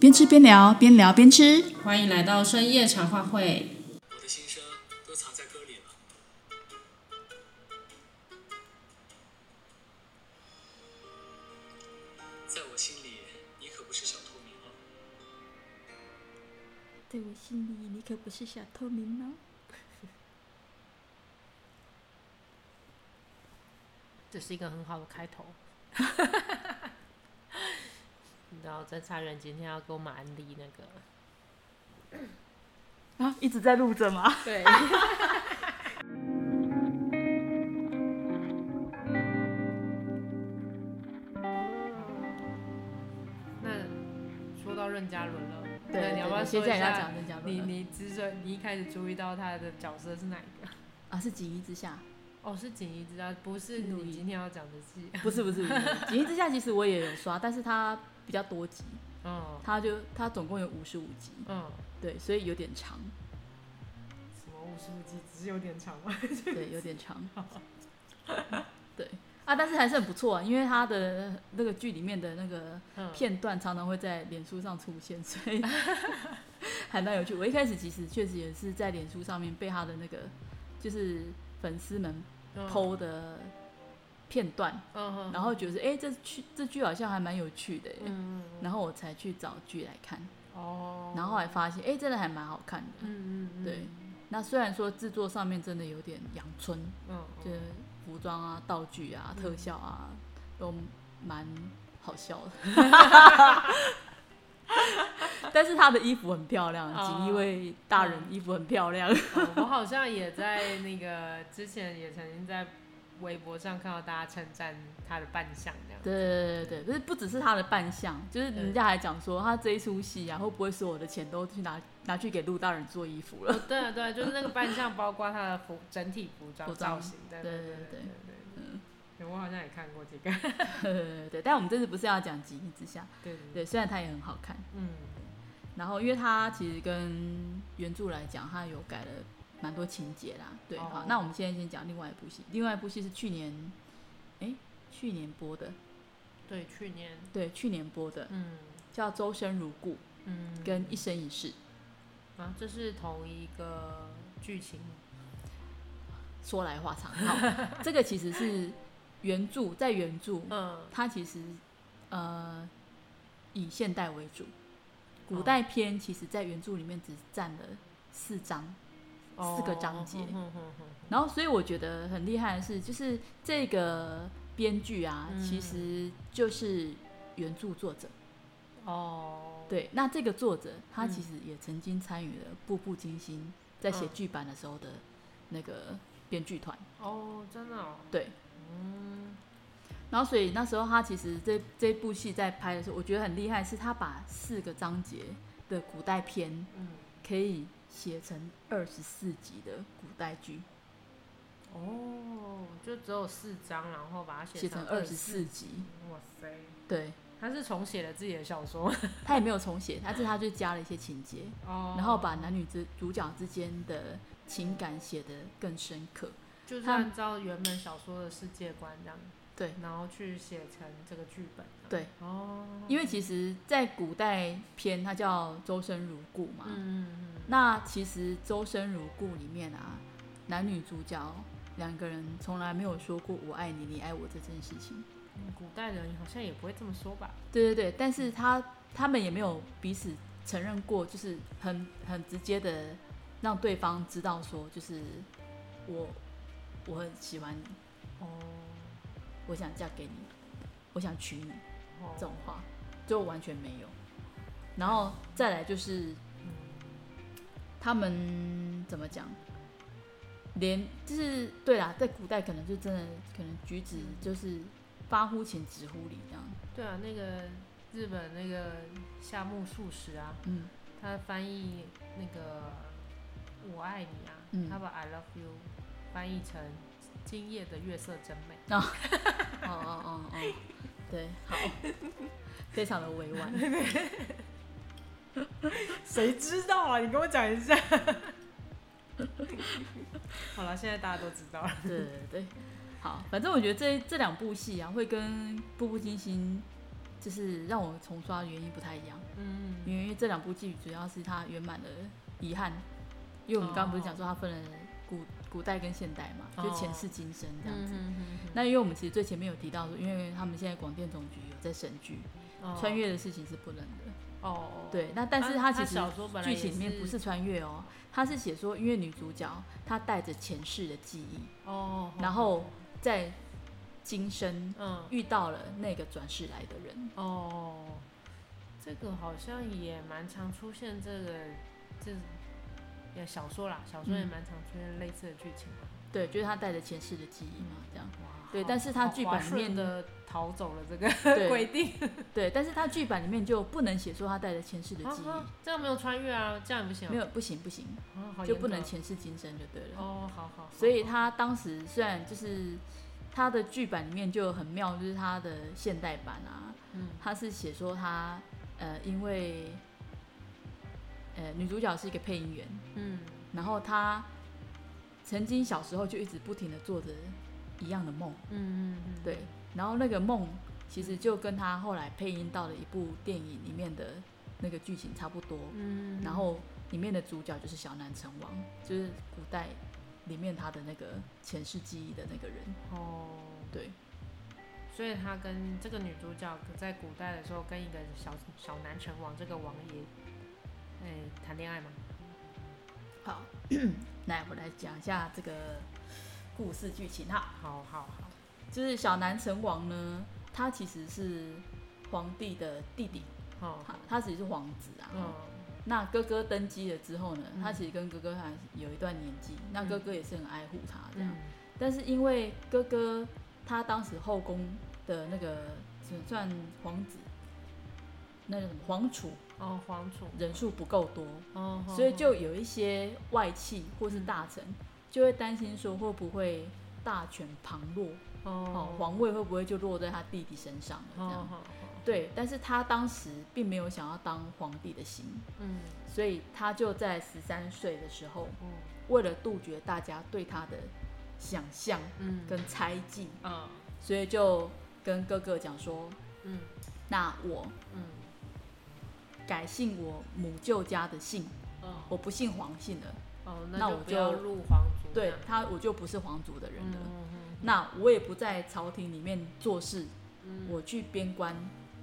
边吃边聊，边聊边吃。欢迎来到深夜茶话会。我的心声都藏在歌里了。在我心里，你可不是小透明哦。在我心里，你可不是小透明哦。这是一个很好的开头。 你知道侦查员今天要给我们安利那个，啊，一直在录着吗？对，那说到任嘉伦了，对那对你要不对要先说讲一一下下讲任嘉伦你了你之所以你一开始注意到他的角色是哪一个？啊，是锦衣之下，哦，是锦衣之下，不是陆你毅今天要讲的 戏。不是不是，不是 锦衣之下其实我也有刷，但是它比较多集，嗯它就它总共有五十五集，嗯，对，所以有点长，什么五十五集，只是有点长吗？对，有点长，对啊，但是还是很不错啊，因为它的那个剧里面的那个嗯片段常常会在脸书上出现，所以 还蛮有趣。我一开始其实确实也是在脸书上面被他的那个就是粉丝们嗯剖的片段，嗯哼然后觉得哎、诶这剧这剧好像还蛮有趣的耶，欸嗯然后我才去找剧来看，哦，然后后来发现哎、诶真的还蛮好看的。嗯嗯嗯，对，那虽然说制作上面真的有点阳春，嗯就嗯是服装啊、道具啊、特效啊，都蛮好笑的。 但是他的衣服很漂亮，哦锦衣卫大人衣服很漂亮。 哦我好像也在那个之前也曾经在微博上看到大家称赞他的扮相那样。对对对对，不是不只是他的扮相，就是人家还讲说他这一出戏啊，会不会所有的钱都去拿拿去给陆大人做衣服了？ 哦，对啊对啊，就是那个扮相，包括他的服整体服装服造装型，对对对对对对嗯对对。我好像也看过这个，对对对对，但我们这次不是要讲《锦衣之下对》，对， 对，虽然它也很好看，嗯然后因为它其实跟原著来讲，它有改了蛮多情节啦。对，哦好，那我们现在先讲另外一部戏，另外一部戏是去年，哎，去年播的，对，去年，对，去年播的，嗯叫《周生如故》嗯，跟《一生一世》。啊，这是同一个剧情，说来话 长，好，这个其实是原著，在原著嗯它其实呃以现代为主，古哦代篇其实在原著里面只占了四章，四个章节哦哼哼哼然后，所以我觉得很厉害的是，就是这个编剧啊，嗯其实就是原著作者。哼哦，对，那这个作者他嗯其实也曾经参与了《步步惊心》在写嗯剧版的时候的那个编剧团。哦，真的哦，对，嗯然后所以那时候他其实这这部戏在拍的时候，我觉得很厉害，是他把四个章节的古代篇嗯，可以写成二十四集的古代剧，哦，就只有四章，然后把它写成成二十四。四集。哇塞，对，他是重写了自己的小说他也没有重写，但是他就加了一些情节。哦 然后把男女之主角之间的情感写得更深刻。就是他按照原本小说的世界观这样，对然后去写成这个剧本。对，哦，因为其实，在古代篇，它叫《周生如故》嘛。嗯嗯那其实《周生如故》里面啊，男女主角两个人从来没有说过“我爱你，你爱我”这件事情。嗯，古代人好像也不会这么说吧？对对对，但是他他们也没有彼此承认过，就是很很直接的让对方知道说，就是我我很喜欢你，哦，我想嫁给你，我想娶你。哦这种话，就完全没有。然后再来就是，他们怎么讲？连就是对啦，在古代可能就真的可能举止就是发乎情止乎礼这样。对啊，那个日本那个夏目漱石啊，嗯，他翻译那个“我爱你”啊，嗯他把 “I love you” 翻译成“今夜的月色真美哦哦哦哦，对，好，非常的委婉。”。谁知道啊？你跟我讲一下。 好了，现在大家都知道了。对对对，好，反正我觉得这这两部戏啊，会跟《步步惊心》就是让我重刷的原因不太一样，嗯，因为这两部剧主要是它圆满的遗憾，因为我们刚刚不是讲说它分了古古代跟现代嘛，就前世今嗯生这样哦子。那因为我们其实最前面有提到说，因为他们现在广电总局有在审剧，哦穿越的事情是不能的。哦，对，那但是他其实小说本来剧也情里面不是穿越哦，他是写说因为女主角她带着前世的记忆，哦，然后在今生嗯遇到了那个转世来的人。哦，这个好像也蛮常出现这个这也小说啦，小说也嗯蛮常出现类似的剧情嘛。对，就是她带着前世的记忆嘛，这样。哇对好但是它好剧滑本里顺面地逃走了这个对 规定对，但是她剧版里面就不能写说她带着前世的啊记啊忆，这样没有穿越啊，这样也不行啊，没有不行不行，啊好就严不能格前世今生就对了。哦，好好，好所以好他当时虽然就是他的剧版里面就很妙，就是他的现代版啊，嗯他是写说他呃因为呃女主角是一个配音员，嗯然后她曾经小时候就一直不停的做着一样的梦，嗯嗯嗯，对，然后那个梦其实就跟她后来配音到了一部电影里面的那个剧情差不多，嗯，嗯然后里面的主角就是小南成王，就是古代里面他的那个前世记忆的那个人。哦，对，所以他跟这个女主角在古代的时候跟一个小小男成王这个王爷，哎、谈恋爱吗？好，来我来讲一下这个故事剧情哈，好好好，就是小南成王呢，他其实是皇帝的弟弟，哦，他他其实是皇子啊。嗯那哥哥登基了之后呢，嗯他其实跟哥哥还有一段年纪，那哥哥也是很爱护他这样。嗯但是因为哥哥他当时后宫的那个只算皇子，那个什么皇储哦，皇储，人数不够多，哦，所以就有一些外戚或是大臣就会担心说会不会大权旁落，哦哦，皇位会不会就落在他弟弟身上了这哦，样？好，对，但是他当时并没有想要当皇帝的心，嗯所以他就在十三岁的时候，嗯为了杜绝大家对他的想象嗯，跟猜忌，嗯所以就跟哥哥讲说，嗯那我嗯改姓我母舅家的姓，哦我不姓黄姓了。哦，那那就我不要就入皇族这对样，他，我就不是皇族的人嗯了。嗯那我也不在朝廷里面做事，嗯我去边关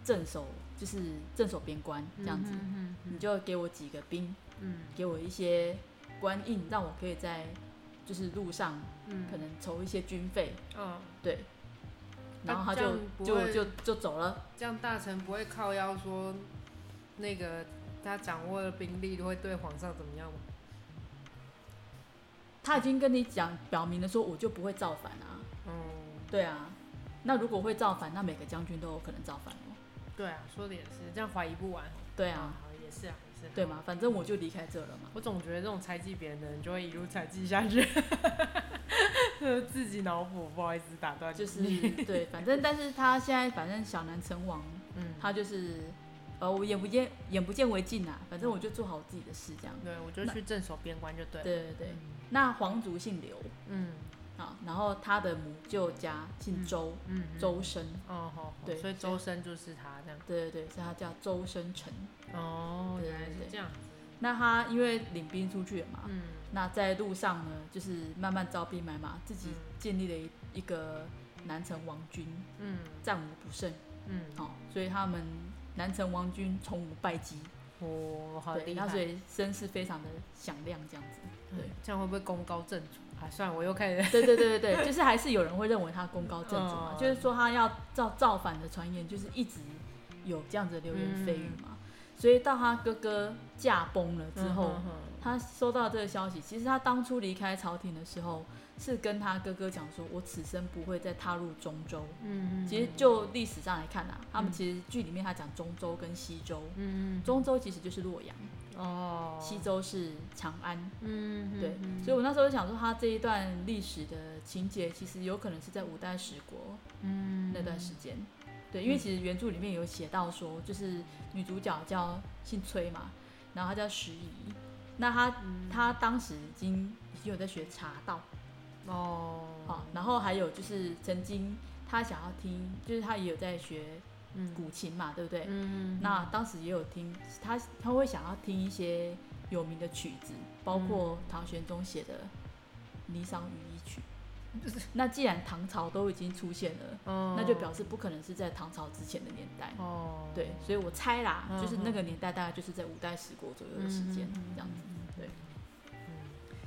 镇守，就是镇守边关这样子。嗯你就给我几个兵，嗯给我一些官印，让我可以在就是路上嗯，可能筹一些军费，嗯，对。然后他这就样不就会就就走了，这样大臣不会靠腰说那个他掌握了兵力会对皇上怎么样吗？他已经跟你讲表明了说我就不会造反啊，嗯，对啊，那如果会造反，那每个将军都有可能造反哦。对啊，说的也是，这样怀疑不完。对啊，好也是啊，也是。对嘛，反正我就离开这了嘛。我总觉得这种猜忌别人的人，就会一路猜忌下 去，自己脑补，不好意思打断你。就是 对，反正但是他现在反正小南成王，嗯，他就是呃我眼不见眼不见为净啊，反正我就做好自己的事这样。对我就去镇守边关就对了。对对对，那皇族姓刘嗯啊，然后他的母舅家姓周，嗯，嗯周生，哦好，好对所以周深就是他这样。对对对，所以他叫周生辰。哦，对原来对是这样。那他因为领兵出去了嘛，嗯那在路上呢，就是慢慢招兵买马，自己嗯建立了一一个南城王军，嗯战无不胜嗯，哦，所以他们南城王军从无败绩，我哦好对，厉害那所。以声势非常的响亮，这样子，对对，，这样会不会功高震主啊？算了，我又开始。对对 对对对，就是还是有人会认为他功高震主嘛，嗯就是说他要造造反的传言，就是一直有这样子的流言蜚语嘛，所以到他哥哥驾崩了之后。嗯他收到这个消息，其实他当初离开朝廷的时候，是跟他哥哥讲说：“我此生不会再踏入中州。嗯嗯，其实就历史上来看啊，他们其实剧里面他讲中州跟西州，嗯嗯中州其实就是洛阳，哦，西周是长安。嗯对，所以我那时候就想说，他这一段历史的情节其实有可能是在五代十国嗯那段时间。对，因为其实原著里面有写到说，就是女主角叫姓崔嘛，然后她叫石仪，那她她当时已经已经有在学茶道哦哦啊，然后还有就是曾经她想要听，就是她也有在学嗯古琴嘛，对不对？嗯，那当时也有听他，他会想要听一些有名的曲子，包括唐玄宗写的《霓裳羽衣曲》那既然唐朝都已经出现了，哦那就表示不可能是在唐朝之前的年代。哦，对，所以我猜啦，嗯就是那个年代大概就是在五代十国左右的时间、嗯嗯嗯这样子。对，嗯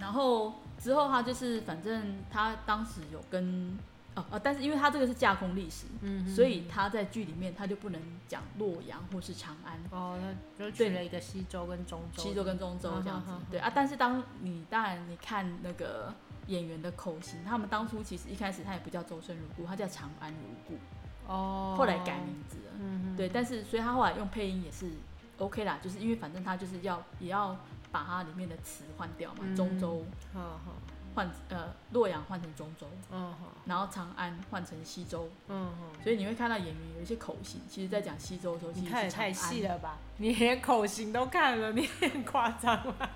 然后之后他就是反正他当时有跟哦哦，但是因为他这个是架空历史，嗯，所以他在剧里面他就不能讲洛阳或是长安。哦，那就取对了一个西周跟中周，西周跟中州这样子嗯嗯嗯，嗯对啊。但是当你当然你看那个演员的口型，他们当初其实一开始他也不叫周生如故，他叫长安如故，哦，后来改名，字了。嗯，对，但是所以他后来用配音也是 OK 啦，就是因为反正他就是要也要把它里面的词换掉嘛，嗯中州好好，换呃洛阳换成中州，嗯好，然后长安换成西周，嗯好，所以你会看到演员有一些口型，其实在讲西周的时候，其你实看是也太长安细了吧？你连口型都看了，你很夸张吧？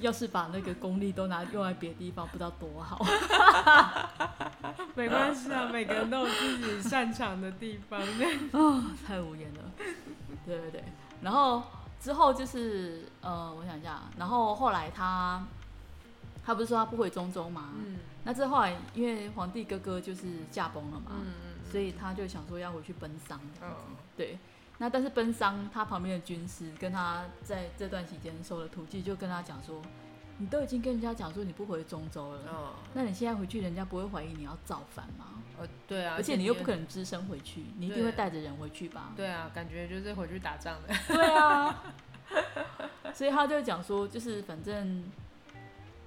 要是把那个功力都拿用来别的地方，不知道多好。 没关系啊，每个人都有自己擅长的地方。太无言了。对对对，然后之后就是呃，我想一下，然后后来他他不是说他不回中州吗？嗯那这后来因为皇帝哥哥就是驾崩了嘛，嗯所以他就想说要回去奔丧这样子。嗯对，那但是奔丧他旁边的军师跟他在这段期间收了徒弟，就跟他讲说，你都已经跟人家讲说你不回中州了，哦那你现在回去，人家不会怀疑你要造反吗？呃，对啊，而且你又不可能，能只身回去，你一定对会带着人回去吧？对啊，感觉就是回去打仗的。 对啊，所以他就讲说，就是反正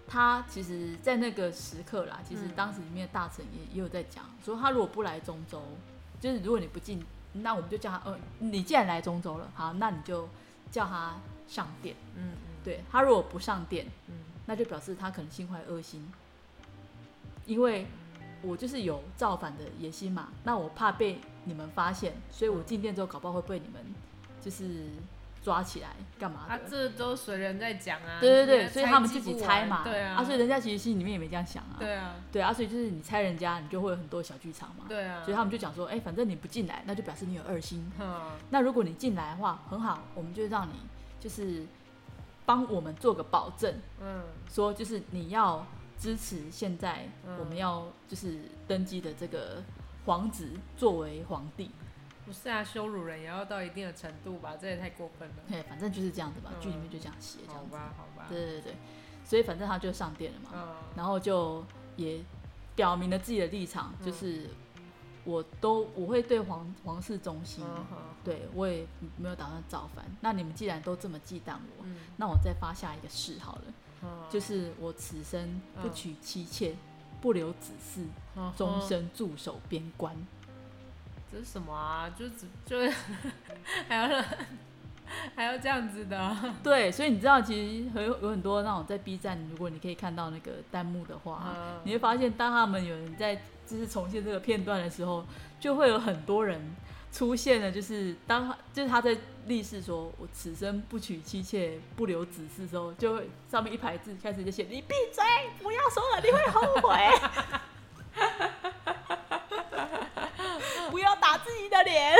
他其实，在那个时刻啦，其实嗯当时里面的大臣也也有在讲，说他如果不来中州，就是如果你不进，那我们就叫他，呃，你既然来中州了，好，那你就叫他上殿。嗯对他如果不上殿，嗯那就表示他可能心怀恶心，因为我就是有造反的野心嘛，那我怕被你们发现，所以我进店之后搞不好会被你们就是抓起来干嘛啊，的。这都随人在讲啊。对对人对，家所以他们猜自忌己不猜完嘛，对啊，所以人家其实心里面也没这样想啊，对啊，对啊，所以就是你猜人家，你就会有很多小剧场嘛，对啊， 所以他们就讲说，哎，反正你不进来，那就表示你有二心，嗯那如果你进来的话，很好，我们就让你就是帮我们做个保证，嗯说就是你要支持现在嗯我们要就是登基的这个皇子作为皇帝，不是啊，羞辱人也要到一定的程度吧，这也太过分了。对，反正就是这样子吧，嗯剧里面就这样写这好样子，吧，好吧，对对对，所以反正他就上殿了嘛，嗯然后就也表明了自己的立场，嗯就是我都我会对皇皇室忠心，嗯好对我也没有打算造反，那你们既然都这么忌惮我，嗯那我再发下一个誓好了。嗯就是我此生不嗯娶妻妾，不留子嗣，嗯终嗯身驻守边关。这是什么啊？就只就 还要让还要这样子的啊， 对，所以你知道，其实很有有很多那种在 B 站，如果你可以看到那个弹幕的话，啊嗯你会发现，当他们有人在就是重现这个片段的时候，就会有很多人出现了，就是当他就是他在立誓说“我此生不娶妻妾，不留子嗣”之后，就会上面一排字开始就写“你闭嘴，不要说了，你会后悔， 不要打自己的脸”。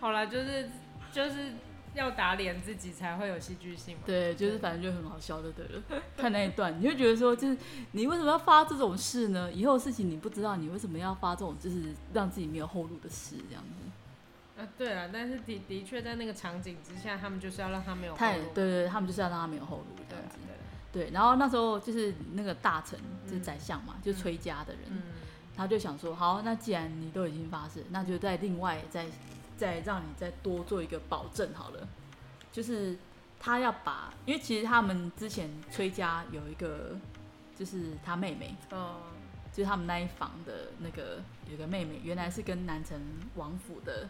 好啦，就是就是要打脸自己才会有戏剧性嘛。对，就是反正就很好笑就对了。看那一段，你会觉得说，就是你为什么要发这种事呢？以后事情你不知道，你为什么要发这种就是让自己没有后路的事这样子？啊，对了，但是的的确在那个场景之下，他们就是要让他没有他后也路对对，对他们就是要让他没有后路这对样啊子。对啊对，然后那时候就是那个大臣，就是嗯宰相嘛，就是崔家的人，嗯他就想说，好，那既然你都已经发誓，那就再另外再再让你再多做一个保证好了，就是他要把，因为其实他们之前崔家有一个就是他妹妹。嗯就是他们那一房的那个有个妹妹，原来是跟南城王府的，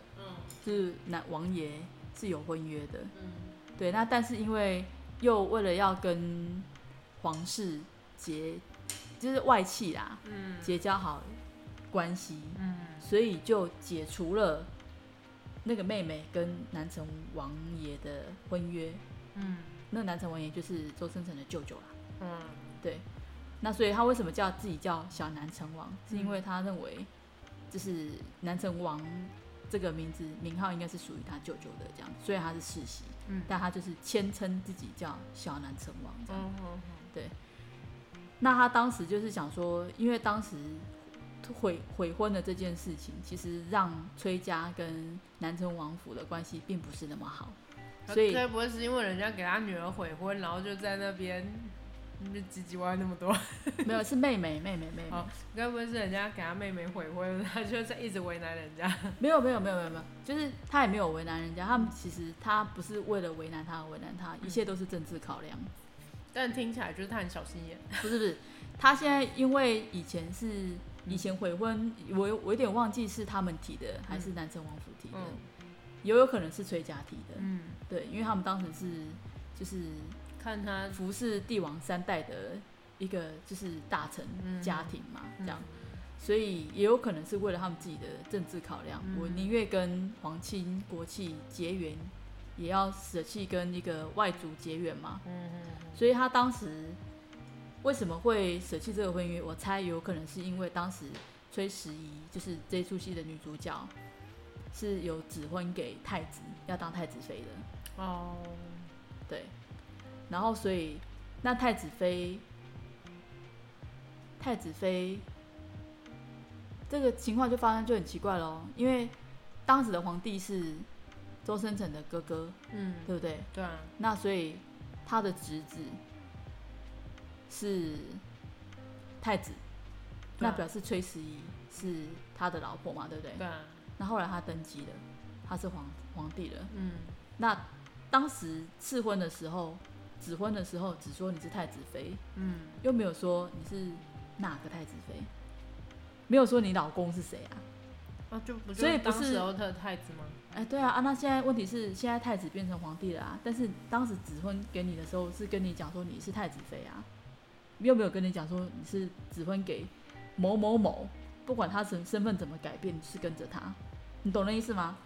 就是南王爷是有婚约的，嗯对。那但是因为又为了要跟皇室结，就是外戚啦，嗯结交好关系，嗯所以就解除了那个妹妹跟南城王爷的婚约。嗯那南城王爷就是周生辰的舅舅啦，嗯对。那所以他为什么叫自己叫小南城王？是因为他认为，就是南城王这个名字名号应该是属于他舅舅的这样，虽然他是世袭，嗯但他就是谦称自己叫小南城王这样。嗯嗯那他当时就是想说，因为当时悔悔婚的这件事情，其实让崔家跟南城王府的关系并不是那么好，嗯，所以该不会是因为人家给他女儿悔婚，然后就在那边那边唧唧歪歪那么多？ 没有是妹妹妹妹妹妹哦，该不会是人家给他妹妹悔婚， 他就在一直为难人家？ 没有没有没有没有没有，就是他也没有为难人家，他们其实他不是为了为难他而为难嗯他，一切都是政治考量，但听起来就是他很小心眼。不是不 是，他现在因为以前是以前悔婚，我有我有点忘记是他们提的还是南城王府提的，嗯也有可能是崔家提的，嗯，对，因为他们当时是就是看他服侍帝王三代的一个就是大臣嗯家庭嘛，嗯这样，所以也有可能是为了他们自己的政治考量，嗯我宁愿跟皇亲国戚结缘，也要舍弃跟一个外族结缘嘛。嗯嗯嗯所以他当时为什么会舍弃这个婚约？我猜有可能是因为当时崔十一就是这出戏的女主角是有指婚给太子，要当太子妃的。哦，对，然后所以那太子妃，太子妃这个情况就发生就很奇怪咯，因为当时的皇帝是周生辰的哥哥，嗯，对不对？对啊，那所以他的侄子是太子，对啊那表示崔十一是他的老婆嘛，对不对？对啊，那后来他登基了，他是皇皇帝了。嗯那当时赐婚的时候，指婚的时候只说你是太子妃，嗯，又没有说你是哪个太子妃，没有说你老公是谁啊？啊，就不就所以是不当是时候的太子吗？哎，对啊，啊，那现在问题是，现在太子变成皇帝了啊，但是当时指婚给你的时候是跟你讲说你是太子妃啊，又没有跟你讲说你是指婚给某某某，不管他身身份怎么改变，你是跟着他，你懂那意思吗？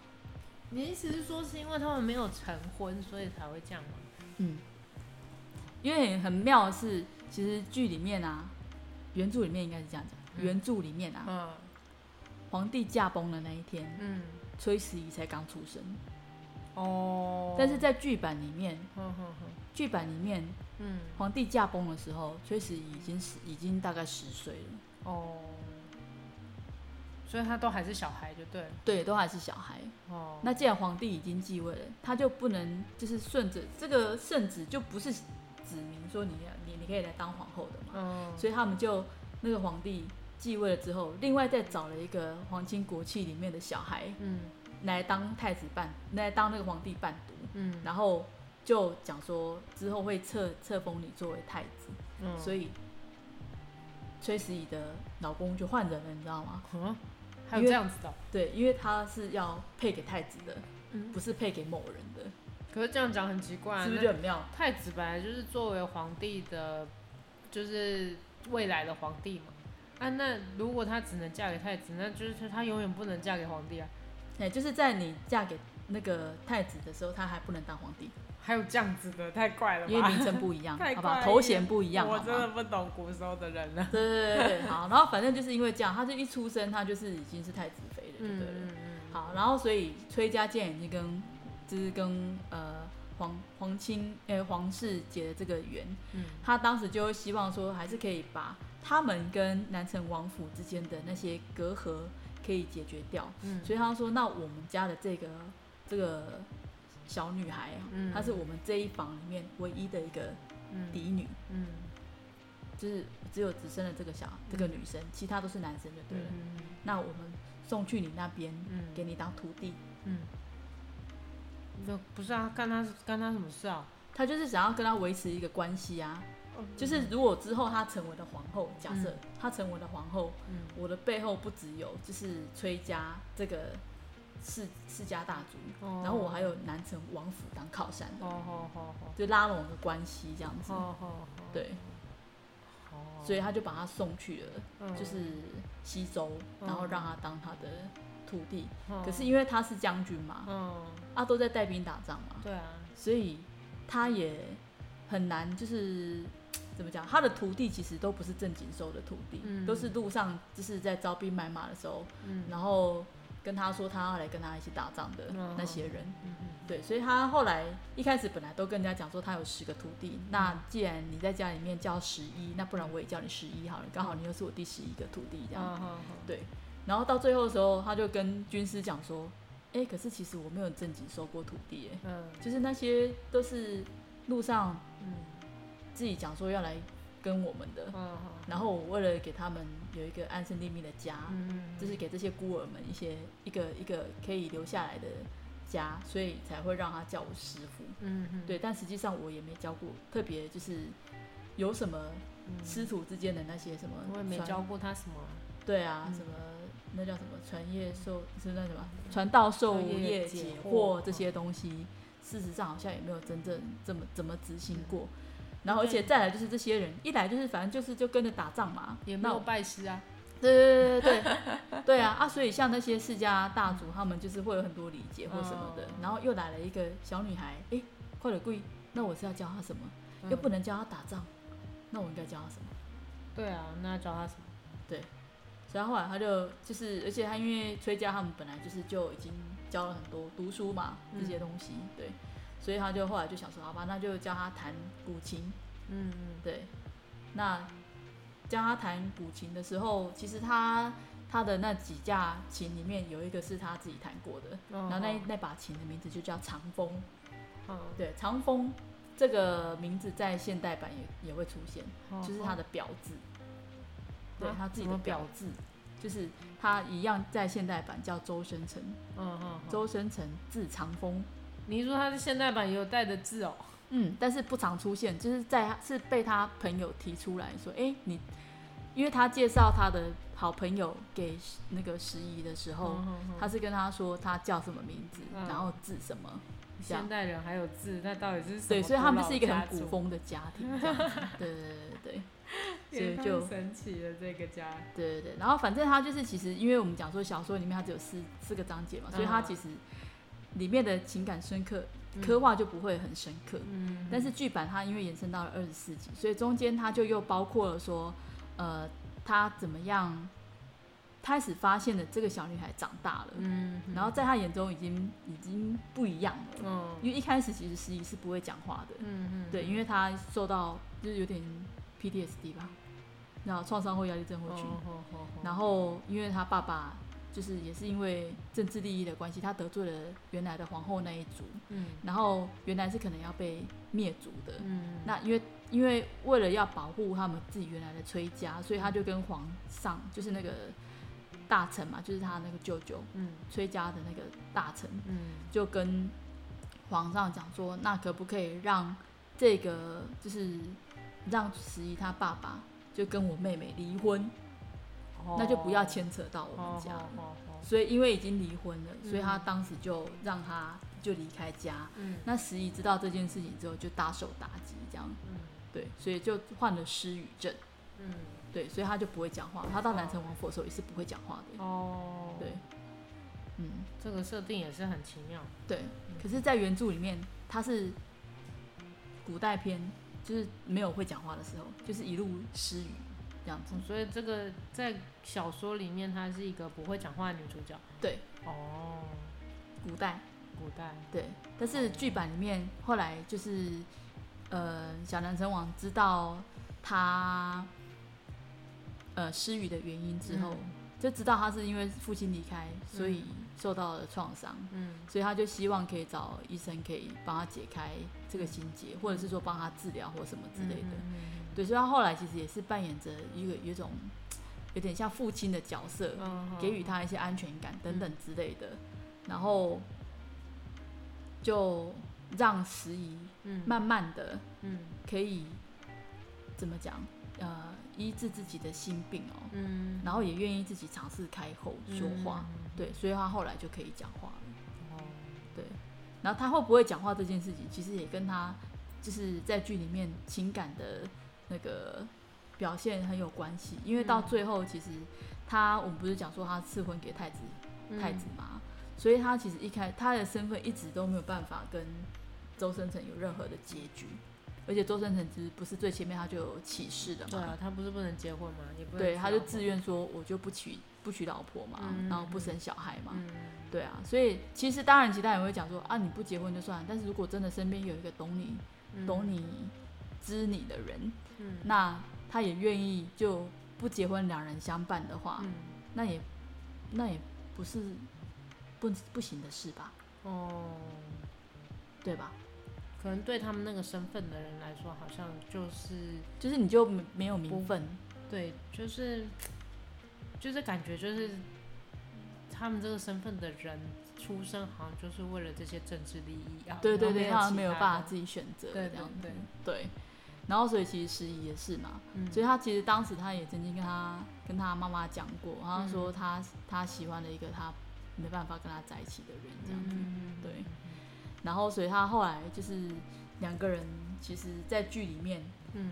你的意思是说，是因为他们没有成婚，所以才会这样吗？嗯，因为很妙的是，其实剧里面啊，原著里面应该是这样讲，嗯原著里面啊，嗯皇帝驾崩的那一天，嗯，崔十一才刚出生，哦，但是，在剧版里面，嗯嗯嗯剧版里面嗯，皇帝驾崩的时候，崔十一已经十已经大概十岁了，哦，所以他都还是小孩就对了。对，都还是小孩。哦，那既然皇帝已经继位了，他就不能就是顺着这个圣旨，就不是指明说你你你可以来当皇后的嘛。嗯，所以他们就那个皇帝继位了之后，另外再找了一个皇亲国戚里面的小孩嗯来当太子伴，来当那个皇帝伴读，嗯，然后就讲说之后会册册封你作为太子，嗯所以崔时宜的老公就换人了，你知道吗？嗯，还有因这为样子的哦，对，因为他是要配给太子的，嗯，不是配给某人的，可是这样讲很奇怪啊，是不是那就很妙？太子本来就是作为皇帝的，就是未来的皇帝嘛。啊，那如果她只能嫁给太子，那就是她永远不能嫁给皇帝啊。哎，就是在你嫁给那个太子的时候，他还不能当皇帝，还有这样子的，太怪了吧！因为名称不一 样，太好不好？怪头了衔不一样，我好真不好的不懂古时候的人了。对对对对，对，好，然后反正就是因为这样，他就一出生，他就是已经是太子妃了，就对了。嗯好，然后所以崔家健已经跟就是跟呃皇皇亲呃皇室结的这个缘，嗯他当时就希望说还是可以把他们跟南城王府之间的那些隔阂可以解决掉，嗯所以他说那我们家的这个这个小女孩啊，嗯她是我们这一房里面唯一的一个嗯嫡女，嗯就是只有只生了这个小这个女生，其他都是男生就对了。嗯那我们送去你那边，嗯给你当徒弟。嗯，那不是啊，干他干他什么事啊？他就是想要跟他维持一个关系啊，就是如果之后他成为了皇后，假设哦嗯他成为了皇后，嗯我的背后不只有就是崔家这个世世家大族，哦嗯然后我还有南城王府当靠山，哦哦哦哦就拉拢的关系这样子。哦哦哦， 对，哦，所以他就把他送去了，嗯就是西周，嗯然后让他当他的徒弟。嗯可是因为他是将军嘛，嗯，啊都在带兵打仗嘛，对啊，所以他也很难就是怎么讲，他的徒弟其实都不是正经收的徒弟，嗯都是路上就是在招兵买马的时候，嗯然后跟他说他要来跟他一起打仗的嗯那些人。嗯嗯对，所以他后来一开始本来都跟人家讲说他有十个徒弟，嗯那既然你在家里面叫十一，那不然我也叫你十一好了，刚好你又是我第十一个徒弟这样。啊好好对，然后到最后的时候，他就跟军师讲说，哎、可是其实我没有正经收过徒弟，哎，嗯就是那些都是路上嗯自己讲说要来跟我们的，嗯好然后我为了给他们有一个安身立命的家，嗯就是给这些孤儿们一些一个一个可以留下来的家，所以才会让他叫我师傅。嗯嗯对，但实际上我也没教过，特别就是有什么嗯师徒之间的那些什么，我也没传教过他什么对啊，嗯什么那叫什么传业授是那什么传道授传业业解解惑嗯惑这些东西，事实上好像也没有真正这么怎么执嗯行过。然后，而且再来就是这些人，一来就是反正就是就跟着打仗嘛，也没那有拜师啊对对对对 对对啊啊！所以像那些世家大族，他们就是会有很多礼节或什么的哦，然后又来了一个小女孩，诶，快点跪，那我是要教她什么？嗯又不能教她打仗，那我应该教她什么？对啊，那教他什么？所以他后来他就就是，而且他因为崔家他们本来就是就已经教了很多读书嘛嗯这些东西，对，所以他就后来就想说，好吧，那就教他弹古琴，嗯嗯对，那教他弹古琴的时候，其实他他的那几架琴里面有一个是他自己弹过的，哦然后那哦那把琴的名字就叫长风，好对，长风这个名字在现代版也也会出现，好就是好他的表字，对啊他自己什的么表表字，就是他一样在现代版叫周生辰，嗯嗯嗯周生辰字长风，你是说他是现代版也有带的字哦？嗯，但是不常出现，就是在他是被他朋友提出来说，哎、你，因为他介绍他的好朋友给那个时宜的时候，嗯嗯嗯他是跟他说他叫什么名字，嗯然后字什么，这样现代人还有字，那到底是什么？对，所以他们就是一个很古，风的家庭，这 样子，对对对对对，所以就太神奇了这个家。对对对，然后反正他就是其实，因为我们讲说小说里面它只有四四个章节嘛，所以它嗯其实里面的情感深刻嗯刻画就不会很深刻。嗯但是剧版它因为延伸到了二十四集，所以中间它就又包括了说，呃，他怎么样开始发现了这个小女孩长大了，嗯，然后在他眼中已经已经不一样了，嗯因为一开始其实十一是不会讲话的，嗯嗯，对，因为他受到就是有点 PTSD 吧，然后创伤后压力症候哦，群。哦哦哦然后因为他爸爸就是也是因为政治利益的关系，他得罪了原来的皇后那一族，嗯然后原来是可能要被灭族的。嗯，那因为因为为了要保护他们自己原来的崔家，所以他就跟皇上就是那个大臣嘛，就是他那个舅舅嗯崔家的那个大臣，嗯就跟皇上讲说，那可不可以让这个就是让十一他爸爸就跟我妹妹离婚？哦那就不要牵扯到我们家了。哦哦哦哦所以因为已经离婚了，嗯所以他当时就让他就离开家。嗯那十一知道这件事情之后，就大手打击，这样嗯对，所以就患了失语症，嗯对，所以他就不会讲话。他到南城王府的时候也是不会讲话的，哦，对，，嗯，这个设定也是很奇妙。对。可是，在原著里面，他是古代篇，就是没有会讲话的时候，就是一路失语这样子。所以这个在小说里面，她是一个不会讲话的女主角。对，哦，古代古代，对，但是剧版里面后来就是，呃，小南成王知道他呃失语的原因之后，嗯就知道他是因为父亲离开，所以受到了创伤，嗯所以他就希望可以找医生可以帮他解开这个心结，或者是说帮他治疗或什么之类的。嗯嗯嗯对，所以他后来其实也是扮演着一个有一种有点像父亲的角色，嗯给予他一些安全感等等之类的，然后就让时宜嗯慢慢的嗯可以怎么讲，呃，医治自己的心病哦，嗯然后也愿意自己尝试开口说话，嗯对，所以他后来就可以讲话了，哦对。然后他会不会讲话这件事情，其实也跟他就是在剧里面情感的那个表现很有关系，因为到嗯最后其实他我们不是讲说他赐婚给太子嗯太子嘛，所以他其实一开他的身份一直都没有办法跟周生辰有任何的结局，而且周生辰其实不是最前面他就有起誓的对嘛，啊，他不是不能结婚吗？也不能对，娶他就老婆自愿说我就不娶不娶老婆嘛，嗯然后不生小孩嘛，嗯，对啊，所以其实当然其他人会讲说啊你不结婚就算了，但是如果真的身边有一个懂你、嗯懂，你知你的人，嗯那他也愿意就不结婚两人相伴的话，嗯，那也那也不是不不行的事吧，哦，对吧？可能对他们那个身份的人来说，好像就是就是你就没没有名分，对，就是就是感觉就是他们这个身份的人出生，好像就是为了这些政治利益啊，对对然后对，他好像其没有他办法的，自己选择对这样子对，对。然后所以其实时宜也是嘛，嗯所以他其实当时他也曾经跟他跟他妈妈讲过，他嗯说他、他喜欢了一个他没办法跟他在一起的人这样子，嗯对。然后所以他后来就是两个人其实，在剧里面嗯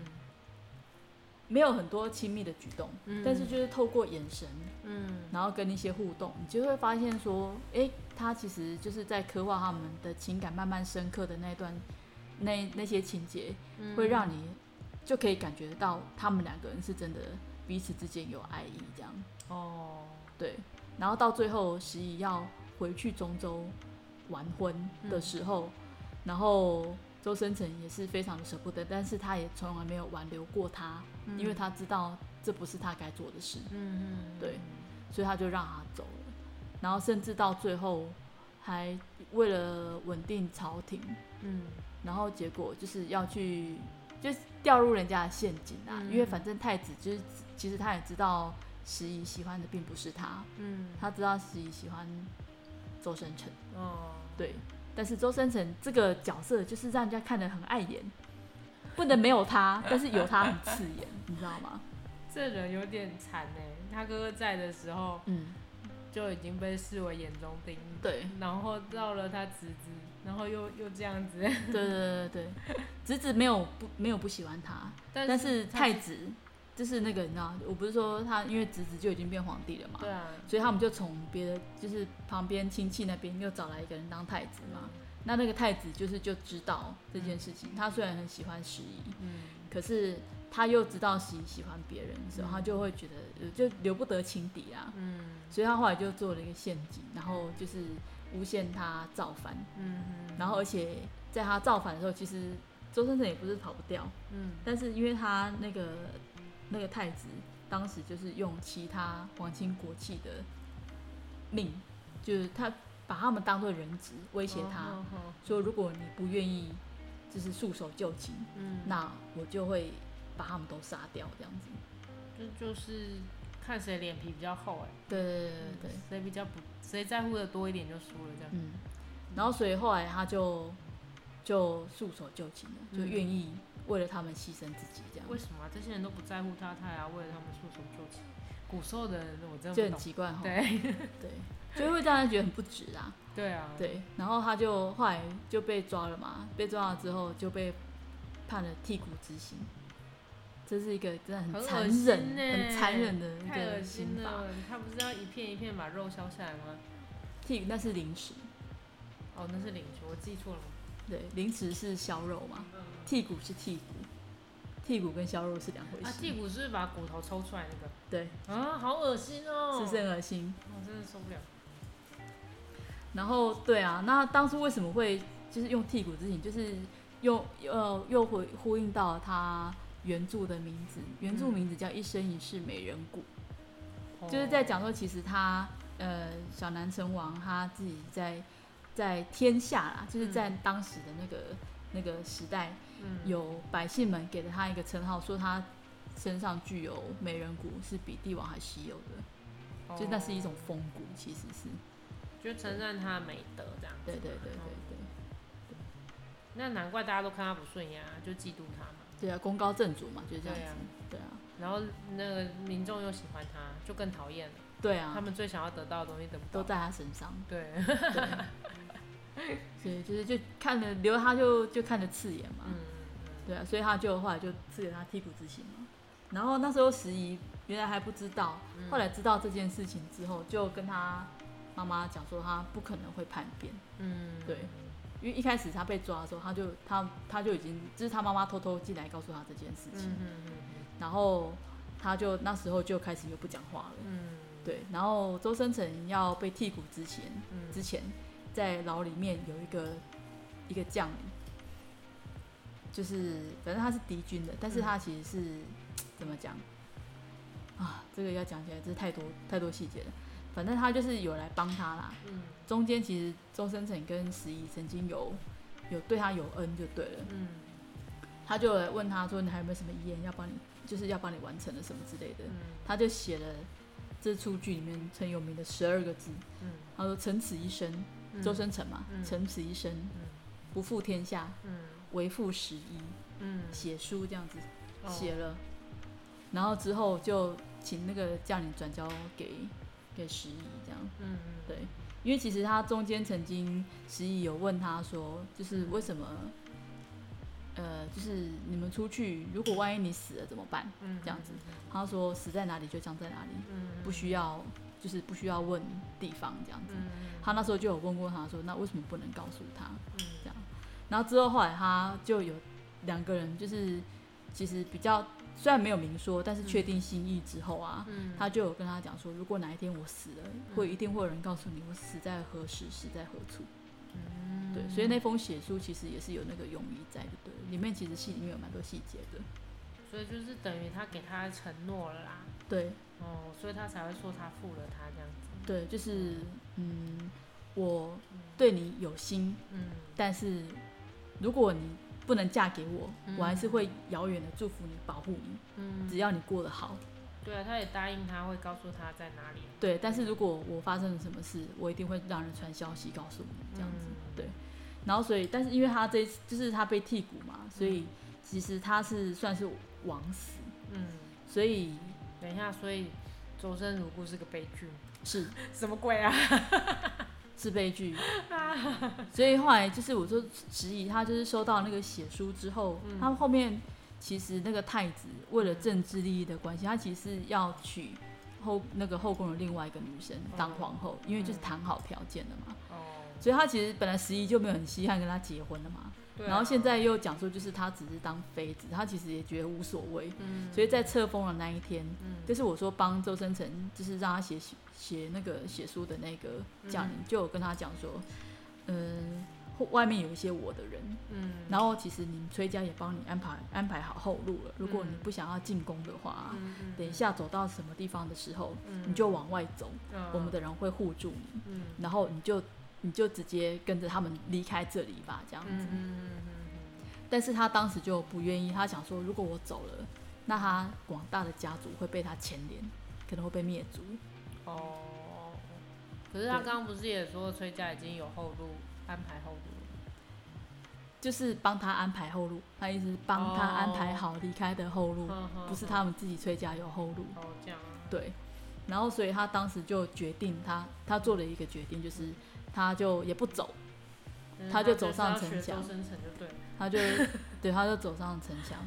没有很多亲密的举动，嗯但是就是透过眼神，嗯然后跟一些互动，你就会发现说，哎、他其实就是在刻画他们的情感慢慢深刻的那一段，那那些情节，嗯会让你就可以感觉到他们两个人是真的彼此之间有爱意这样。哦，对，然后到最后十一要回去中州完婚的时候，然后周生辰也是非常的舍不得，但是他也从来没有挽留过他，因为他知道这不是他该做的事。嗯嗯对，所以他就让他走了。然后甚至到最后，还为了稳定朝廷，嗯然后结果就是要去，就是掉入人家的陷阱啊。嗯因为反正太子就是其实他也知道十一喜欢的并不是他，嗯他知道十一喜欢周生辰，哦，对。但是周生辰这个角色就是让人家看得很碍眼，不能没 有他，但是有他很刺眼，你知道吗？这人有点惨哎，他哥哥在的时候嗯，就已经被视为眼中钉，对。然后到了他侄子，然后又又这样子，对对对对，对，侄子没有不没有不喜欢他，但但是他太子就是那个你知道，我不是说他因为侄子就已经变皇帝了嘛，对啊，所以他们就从别的就是旁边亲戚那边又找来一个人当太子嘛。那那个太子就是就知道这件事情，他虽然很喜欢十一，嗯可是他又知道十一喜欢别人的时嗯候，他就会觉得呃就留不得情敌啊，嗯所以他后来就做了一个陷阱，然后就是诬陷他造反，嗯，然后而且在他造反的时候，其实周生辰也不是跑不掉，嗯但是因为他那个那个太子当时就是用其他皇亲国戚的命，就是他把他们当做人质威胁他，哦，哦哦说如果你不愿意就是束手就擒，嗯，那我就会把他们都杀掉这样子。这就是看谁脸皮比较厚哎，对对对对对，谁比较不谁在乎的多一点就输了这样，嗯，然后所以后来他就就束手就擒了，就嗯愿意为了他们牺牲自己这样子为。什么啊这些人都不在乎他，他还要为了他们束手就擒？古时候的人我真就的很不懂，奇怪哈，对对，就会让人觉得很不值啊，对啊，对。然后他就后来就被抓了嘛，被抓了之后就被判了剔骨之刑，这是一个真的很很恶残心忍、欸很残忍的一太恶个心刑法。了，他不是要一片一片把肉削下来吗？剔骨那是凌迟，哦，那是领球，我记错了吗？对，凌迟是削肉嘛，嗯剔骨是剔骨，剔骨跟削肉是两回啊，事。剔骨是不是把骨头抽出来那对，个啊，好恶心哦！是不是很恶心？我真的受不了。然后对啊，那当初为什么会就是用剔骨之刑，就是用呃又回呼应到他原著的名字，原嗯著名字叫《一生一世美人骨》，哦就是在讲说其实他呃小南成王他自己在在天下啦，就是在当时的那个、那个时代，嗯有百姓们给了他一个称号，说他身上具有美人骨，是比帝王还稀有的，哦就是那是一种风骨，其实是就承认他美德这样子。对对对对哦对。那难怪大家都看他不顺眼啊，就嫉妒他嘛。对啊，功高震主嘛，就是这样对啊子。对啊，然后那个民众又喜欢他，就更讨厌了。对他啊，们最想要得到的东西得不都到。在他身上，对， 所以就是就看了留他就就看着刺眼嘛。嗯，对啊，所以他就后来就赐给他剔骨之刑嘛。然后那时候十一原来还不知道，嗯后来知道这件事情之后，就跟他妈妈讲说他不可能会叛变，嗯，对，因为一开始他被抓的时候，他就他他就已经，就是他妈妈偷偷进来告诉他这件事情，嗯嗯然后他就那时候就开始又不讲话了。嗯对，然后周生成要被剔骨之前，嗯之前在牢里面有一个一个将领，就是反正他是敌军的，但是他其实是、怎么讲啊？这个要讲起来真是太多太多细节了。反正他就是有来帮他啦，嗯中间其实周生成跟十一曾经有有对他有恩就对了，嗯他就来问他说你还有没有什么遗言要帮你，就是要帮你完成的什么之类的，嗯他就写了这出剧里面很有名的十二个字，他说臣此一生，嗯，周生辰嘛，嗯臣此一生嗯不负天下，嗯唯负十一，嗯写书这样子哦写了，然后之后就请那个将领转交给给十一这样。嗯嗯对，因为其实他中间曾经十一有问他说，嗯就是为什么，呃，就是你们出去，如果万一你死了怎么办？嗯这样子，他说死在哪里就葬在哪里，嗯不需要就是不需要问地方这样子。嗯他那时候就有问过他说，那为什么不能告诉他？嗯这样，然后之后后来他就有两个人，就是其实比较虽然没有明说，但是确定心意之后啊，嗯他就有跟他讲说，如果哪一天我死了，会一定会有人告诉你我死在何时，死在何处。嗯对，所以那封血书其实也是有那个用意在的，对了，里面其实戏里面有蛮多细节的。嗯所以就是等于他给他承诺了啦，对哦，所以他才会说他负了他这样子，对，就是嗯，我对你有心，嗯但是如果你不能嫁给我，嗯我还是会遥远的祝福你，保护你，只嗯，要你过得好。对啊，他也答应他会告诉他在哪里，对，但是如果我发生了什么事，我一定会让人传消息告诉你，这样子。嗯对，然后所以，但是因为他这一次就是他被剔骨嘛，所以其实他是算是枉死，嗯，所以等一下，所以周生如故是个悲剧， 是什么 鬼啊？是悲剧。所以后来就是我就质疑他，就是收到那个血书之后，他后面其实那个太子为了政治利益的关系，他其实要娶后那个后宫的另外一个女生当皇后，因为就是谈好条件的嘛。哦，所以他其实本来十一就没有很稀罕跟他结婚了嘛，对啊然后现在又讲说就是他只是当妃子，他其实也觉得无所谓，嗯所以在册封的那一天，嗯就是我说帮周生辰，就是让他写写那个写书的那个将领，就有跟他讲说，嗯、外面有一些我的人，嗯然后其实你们崔家也帮你安排安排好后路了，如果你嗯不想要进宫的话，嗯嗯等一下走到什么地方的时候，嗯你就往外走，嗯我们的人会护住你。嗯然后你就你就直接跟着他们离开这里吧，这样嗯子。嗯嗯嗯但是他当时就不愿意，他想说，如果我走了，那他广大的家族会被他牵连，可能会被灭族。嗯哦，可是他对刚刚不是也说崔家已经有后路安排后路就是帮他安排后路，他意思是帮他哦安排好离开的后路，了，不是他们自己崔家有后路。哦这样啊，对，然后所以他当时就决定他，他做了一个决定，就是他就也不走，嗯他就走是上要城学墙周生城就对了，他就对，他就走上城墙，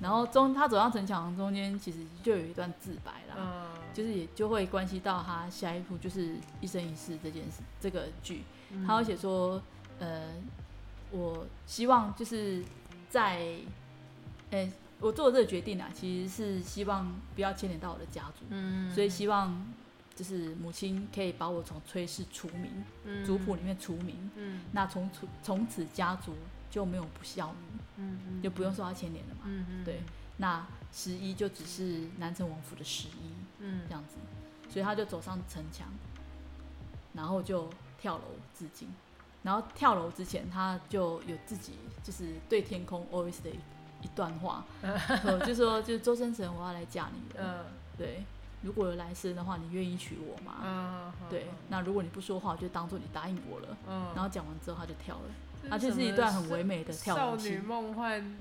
然后中他走上城墙中间其实就有一段自白啦，嗯，就是也就会关系到他下一部就是一生一世这件事这个剧，嗯他会写说，呃，我希望就是在，呃、我做这个决定啊，其实是希望不要牵连到我的家族，嗯，所以希望就是母亲可以把我从崔氏除名，嗯族谱里面除名，嗯那从此从此家族就没有不孝女，嗯嗯就不用受到牵连了嘛。嗯嗯对，那十一就只是南城王府的十一，嗯这样子，所以他就走上城墙，然后就跳楼自尽。然后跳楼之前，他就有自己就是对天空 always 的一一段 话，我就说就是周生辰，我要来嫁你了。嗯对，如果有来生的话，你愿意娶我吗？嗯对，那如果你不说话，我就当做你答应我了。嗯，然后讲完之后，他就跳了。这啊，就是什一么段很唯美的跳少楼女戏，梦幻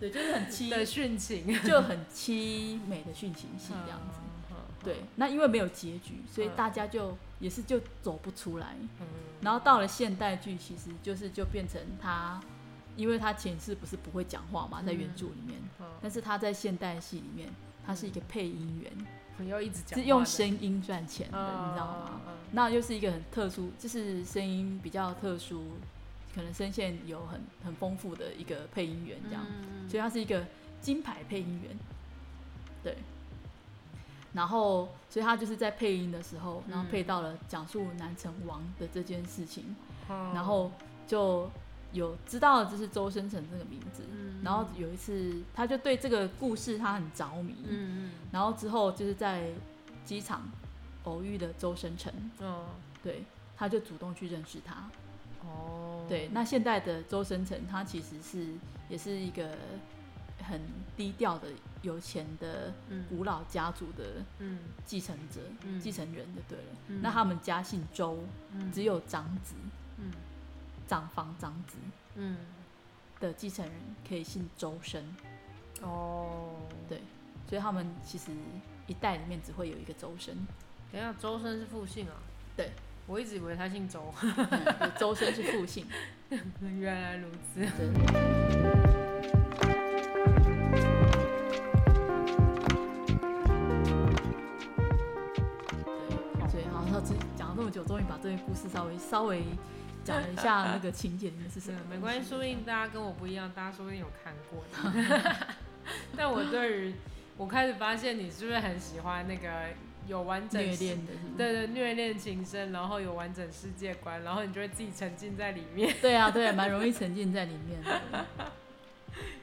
对，就是很凄的殉情，就很凄美的殉情戏这样子。对，那因为没有结局，所以嗯大家就也是就走不出来。嗯，然后到了现代剧，其实就是就变成他，因为他前世不是不会讲话嘛，在原著里面，嗯但是他在现代戏里面，他是一个配音员，你要一直讲话的，是用声音赚钱的，嗯，你知道吗？嗯？那又是一个很特殊，就是声音比较特殊，可能声线有很很丰富的一个配音员这样，嗯所以他是一个金牌配音员，对。然后，所以他就是在配音的时候，然后配到了讲述南城王的这件事情，哦然后就有知道了这是周生辰这个名字，嗯然后有一次他就对这个故事他很着迷，嗯然后之后就是在机场偶遇的周生辰，嗯哦对，他就主动去认识他，哦对，那现在的周生辰，他其实是也是一个很低调的有钱的嗯古老家族的嗯继承者、嗯继承人就对了。嗯那他们家姓周，嗯只有长子、嗯长房、长子嗯的继承人可以姓周生，哦对，所以他们其实一代里面只会有一个周生，等一下周生是复姓啊对，我一直以为他姓周嗯有 周生是父姓。原来如此对对，所以好，他这讲了这么久，终于把这个故事稍微稍微讲了一下那个情节里面是是什么。没关系，说不定大家跟我不一样，大家说不定有看过。但我对于我开始发现你是不是很喜欢那个有完整虐世恋的是不是？ 对对，虐恋情深，然后有完整世界观，然后你就会自己沉浸在里面。对啊，对啊，蛮容易沉浸在里面的。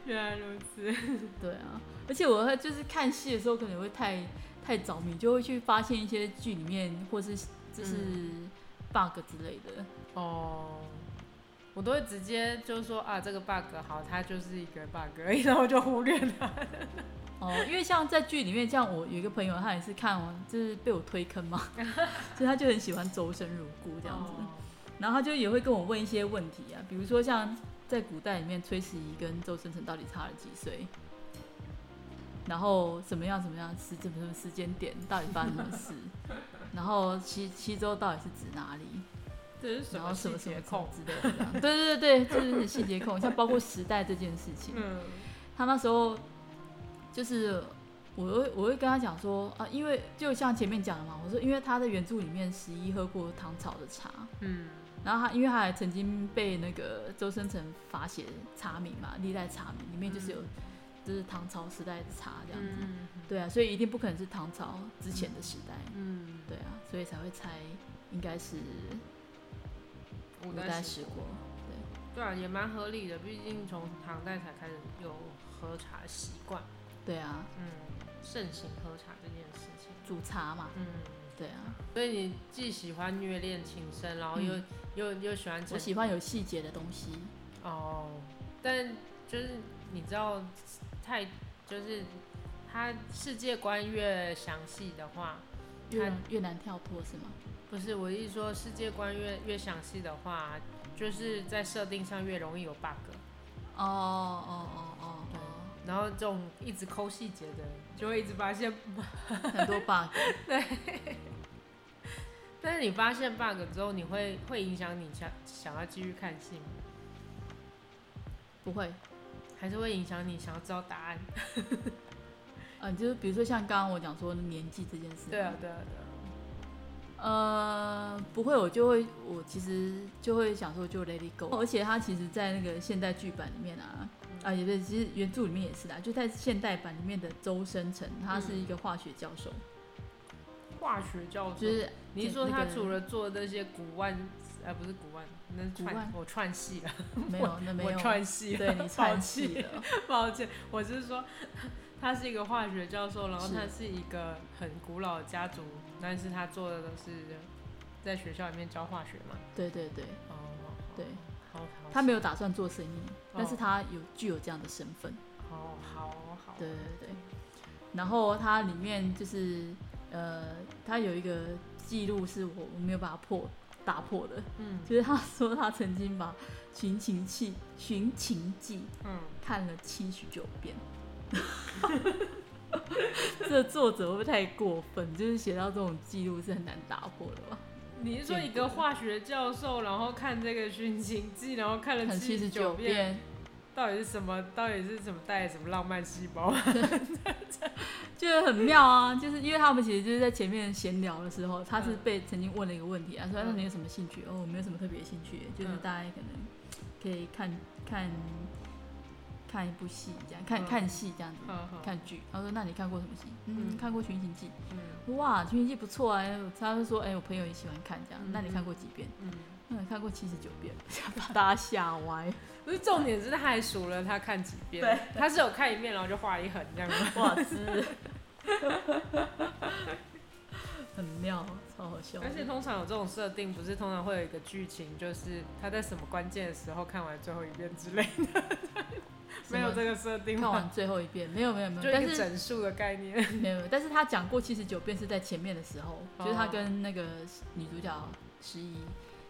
原来如此，对啊，而且我会就是看戏的时候可能会太太着迷，就会去发现一些剧里面或是就是 bug 之类的。哦，我都会直接就说啊，这个 bug 好，它就是一个 bug，而已然后就忽略它。哦，因为像在剧里面，像我有一个朋友，他也是看完就是被我推坑 嘛，所以他就很喜欢周生如故这样子。哦然后他就也会跟我问一些问题啊，比如说像在古代里面，崔始仪跟周生辰到底差了几岁？然后怎么样怎么样时怎么什么时间点到底发生什么事？然后西西周到底是指哪里？这是什然后么什细么什么节什么控？之类的这样？对对对对，就是很细节控，像包括时代这件事 情。嗯他那时候就是我会我会跟他讲说啊，因为就像前面讲的嘛，我说因为他在原著里面十一喝过唐朝的茶，嗯然后他因为他还曾经被那个周生辰罚写茶名嘛，历代茶名里面就是有就是唐朝时代的茶这样子，嗯对啊，所以一定不可能是唐朝之前的时代，嗯，对啊，所以才会猜应该是五五代代十十国，对，对啊，也蛮合理的，毕竟从唐代才开始有喝茶习惯，对啊，嗯，盛行喝茶这件事情，煮茶嘛，嗯。对啊，所以你既喜欢虐恋情深，然后又、又又喜欢我沉喜欢有细节的东西，哦，但就是你知道太就是他世界观越详细的话，越它越难跳脱是吗？不是我一说世界观越越详细的话，就是在设定上越容易有 bug，哦哦哦哦然后这种一直抠细节的人就会一直发现，哦，很多 bug，但是你发现 bug 之后，你会会影响你想想要继续看戏吗？不会 还是会影响你想要知道答案？啊、就是比如说像刚刚我讲说年纪这件事，对啊，，对啊，对啊。呃，不会，我就会，我其实就会想说就 let it go，而且它其实，在那个现代剧版里面啊，嗯啊，也对，其实原著里面也是的，就在现代版里面的周生辰，他是一个化学教授，嗯化学教授，就是你是说那他个除了做那些古万，呃，不是古万，那是古串万我 串戏了，没有，那没我有，串戏了，对你抱串歉，戏了， 抱歉，我是说 他是一个化学教授，然后是他是一个很古老的家族，但是他做的都是在学校里面教化学嘛，对对对，哦，对好，好，他没有打算做生意，但是哦他有具有这样的身份。好，好好好，对对对。然后它里面就是呃，它有一个记录是我我没有把它破打破的，嗯就是他说他曾经把《寻秦记》《寻秦记》嗯，看了七十九 遍。这作者会不会太过分？就是写到这种记录是很难打破的吧？你是说一个化学教授，然后看这个《寻秦记》，然后看了看七十十九遍，遍，到底是什么？到底是什么带来什么浪漫细 胞？就是很妙啊，就是因为他们其实就是在前面闲聊的时候，他是被曾经问了一个问题啊，说那你有什么兴趣？哦，我没有什么特别兴趣，就是嗯大家可能可以看看看一部戏这样，看嗯看戏这样子，好好，看剧。他说那你看过什么戏？嗯，嗯看过《寻秦记嗯》。哇，《寻秦记》不错啊，他就说哎，我朋友也喜欢看这样。嗯那你看过几遍？嗯，嗯，看过七十九 遍，把大家吓歪。不是重点是他还数了他看几遍，他是有看一遍然后就画一横这样吗？哇塞，很妙，超好笑 的。而且通常有这种设定，不是通常会有一个剧情，就是他在什么关键的时候看完最后一遍之类的， 没有这个设定看吗？完最后一遍，没有没有没有，就一但个是整数的概念。没有，没有但是他讲过七十九遍是在前面的时候，哦就是他跟那个女主角十一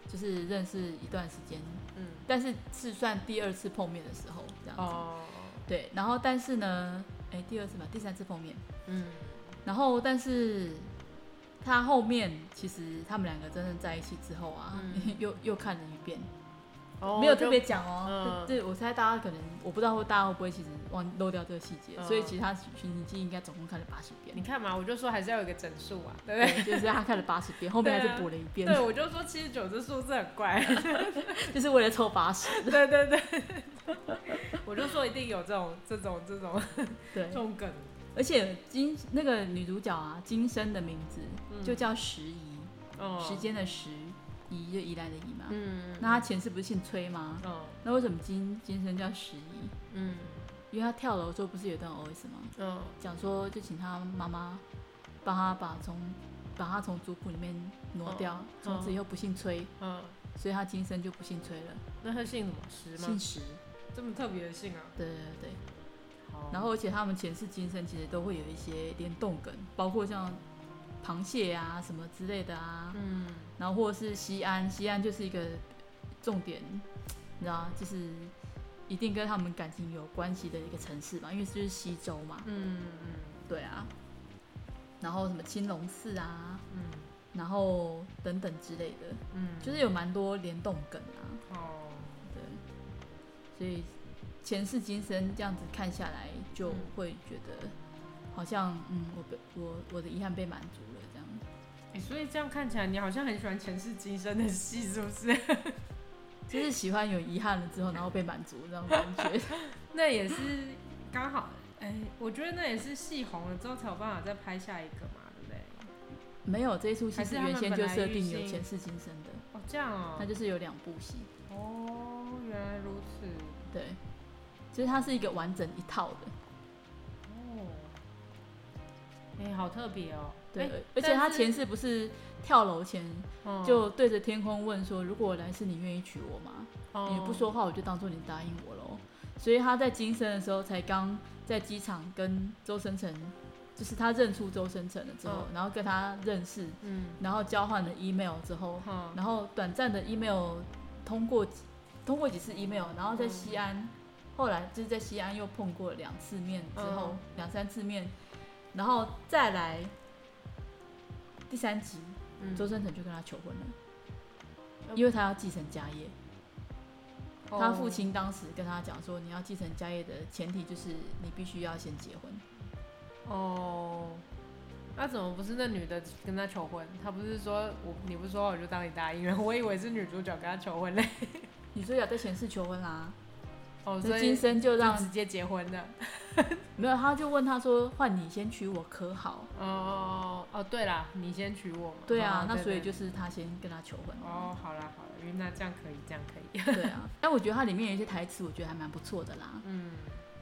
就是认识一段时间，嗯，但是是算第二次碰面的时候这样子。哦，对，然后但是呢，哎，第二次吧，第三次碰面，嗯，然后但是他后面其实他们两个真正在一起之后啊，嗯又又看了一遍，哦没有特别讲哦嗯。对，对我猜大家可能我不知道大家会不会其实忘漏掉这个细节，嗯所以其实他《寻秦记》应该总共看了八十遍你。看嘛，我就说还是要有一个整数啊，对不对？对，就是他看了八十遍，后面还对是啊补了一 遍，对，我就说七十九这数字很 怪，就是为了凑八十。对对对， 我就说一定有这种这种这种对这，种梗，而且金那个女主角啊，金生的名字嗯就叫时宜，哦时，间的时，宜就宜兰的宜嘛。嗯，那她前世不是姓崔吗？哦，那为什么金金生叫时宜？嗯因为她跳楼的时候不是有一段 OS 吗？嗯讲说就请她妈妈帮她把从把她从族谱里面挪掉，哦从此以后不姓崔，嗯，所以她今生就不姓崔了，那他姓什么石吗姓？石。这么特别的姓啊？对对对对。好然后，而且他们前世今生其实都会有一些联动梗，包括像螃蟹啊什么之类的啊，嗯然后或者是西安，西安就是一个重点，你知道，就是一定跟他们感情有关系的一个城市嘛，因为就是西周嘛，嗯对啊。然后什么青龙寺啊，嗯然后等等之类的，嗯，就是有蛮多联动梗啊，哦，对。所以前世今生这样子看下来，就嗯会觉得好像嗯，我被我我的遗憾被满足了 这样。哎，所以这样看起来你好像很喜欢前世今生的戏，是不是？ 就是喜欢有遗憾了之后，然后被满足那种感觉。那也是刚好，哎，我觉得那也是戏红了之后才有办法再拍下一个嘛，对不对？没有这一出戏还是是他们原先就设定本来有预前世今生的，哦，这样哦，它就是有两部戏，哦，原来如此。对，就是它是一个完整一套的，哦，哎、好特别哦。对，哎而且他但是前世不是跳楼前嗯就对着天空问说：“如果我来世，你愿意娶我吗？”哦你不说话，我就当做你答应我喽。所以他在今生的时候，才刚在机场跟周生成，就是他认出周生成了之后，嗯然后跟他认识，嗯，然后交换了 email 之后，好，然后短暂的 email 通过几通过几次 email，然后在嗯西安，后来就是在西安又碰过两次面之后嗯，两、三次面，然后再来第三集，嗯周生成就跟他求婚了。呃因为他要继承家业，哦他父亲当时跟他讲说，你要继承家业的前提就是你必须要先结婚。哦，那、怎么不是那女的跟他求婚？他不是说我你不说话我就当你答应了，我以为是女主角跟他求婚嘞。女主角在前世求婚啦、哦，所那以今生就就让直接结婚的。没有，他就问他说，换你先娶我可好？哦哦，对啦，你先娶我嘛。对啊哦，那所以就对是他先跟他求婚。哦，好啦好啦，因为那这样可以，这样可以。对啊，但我觉得它里面有一些台词，我觉得还蛮不错的啦。嗯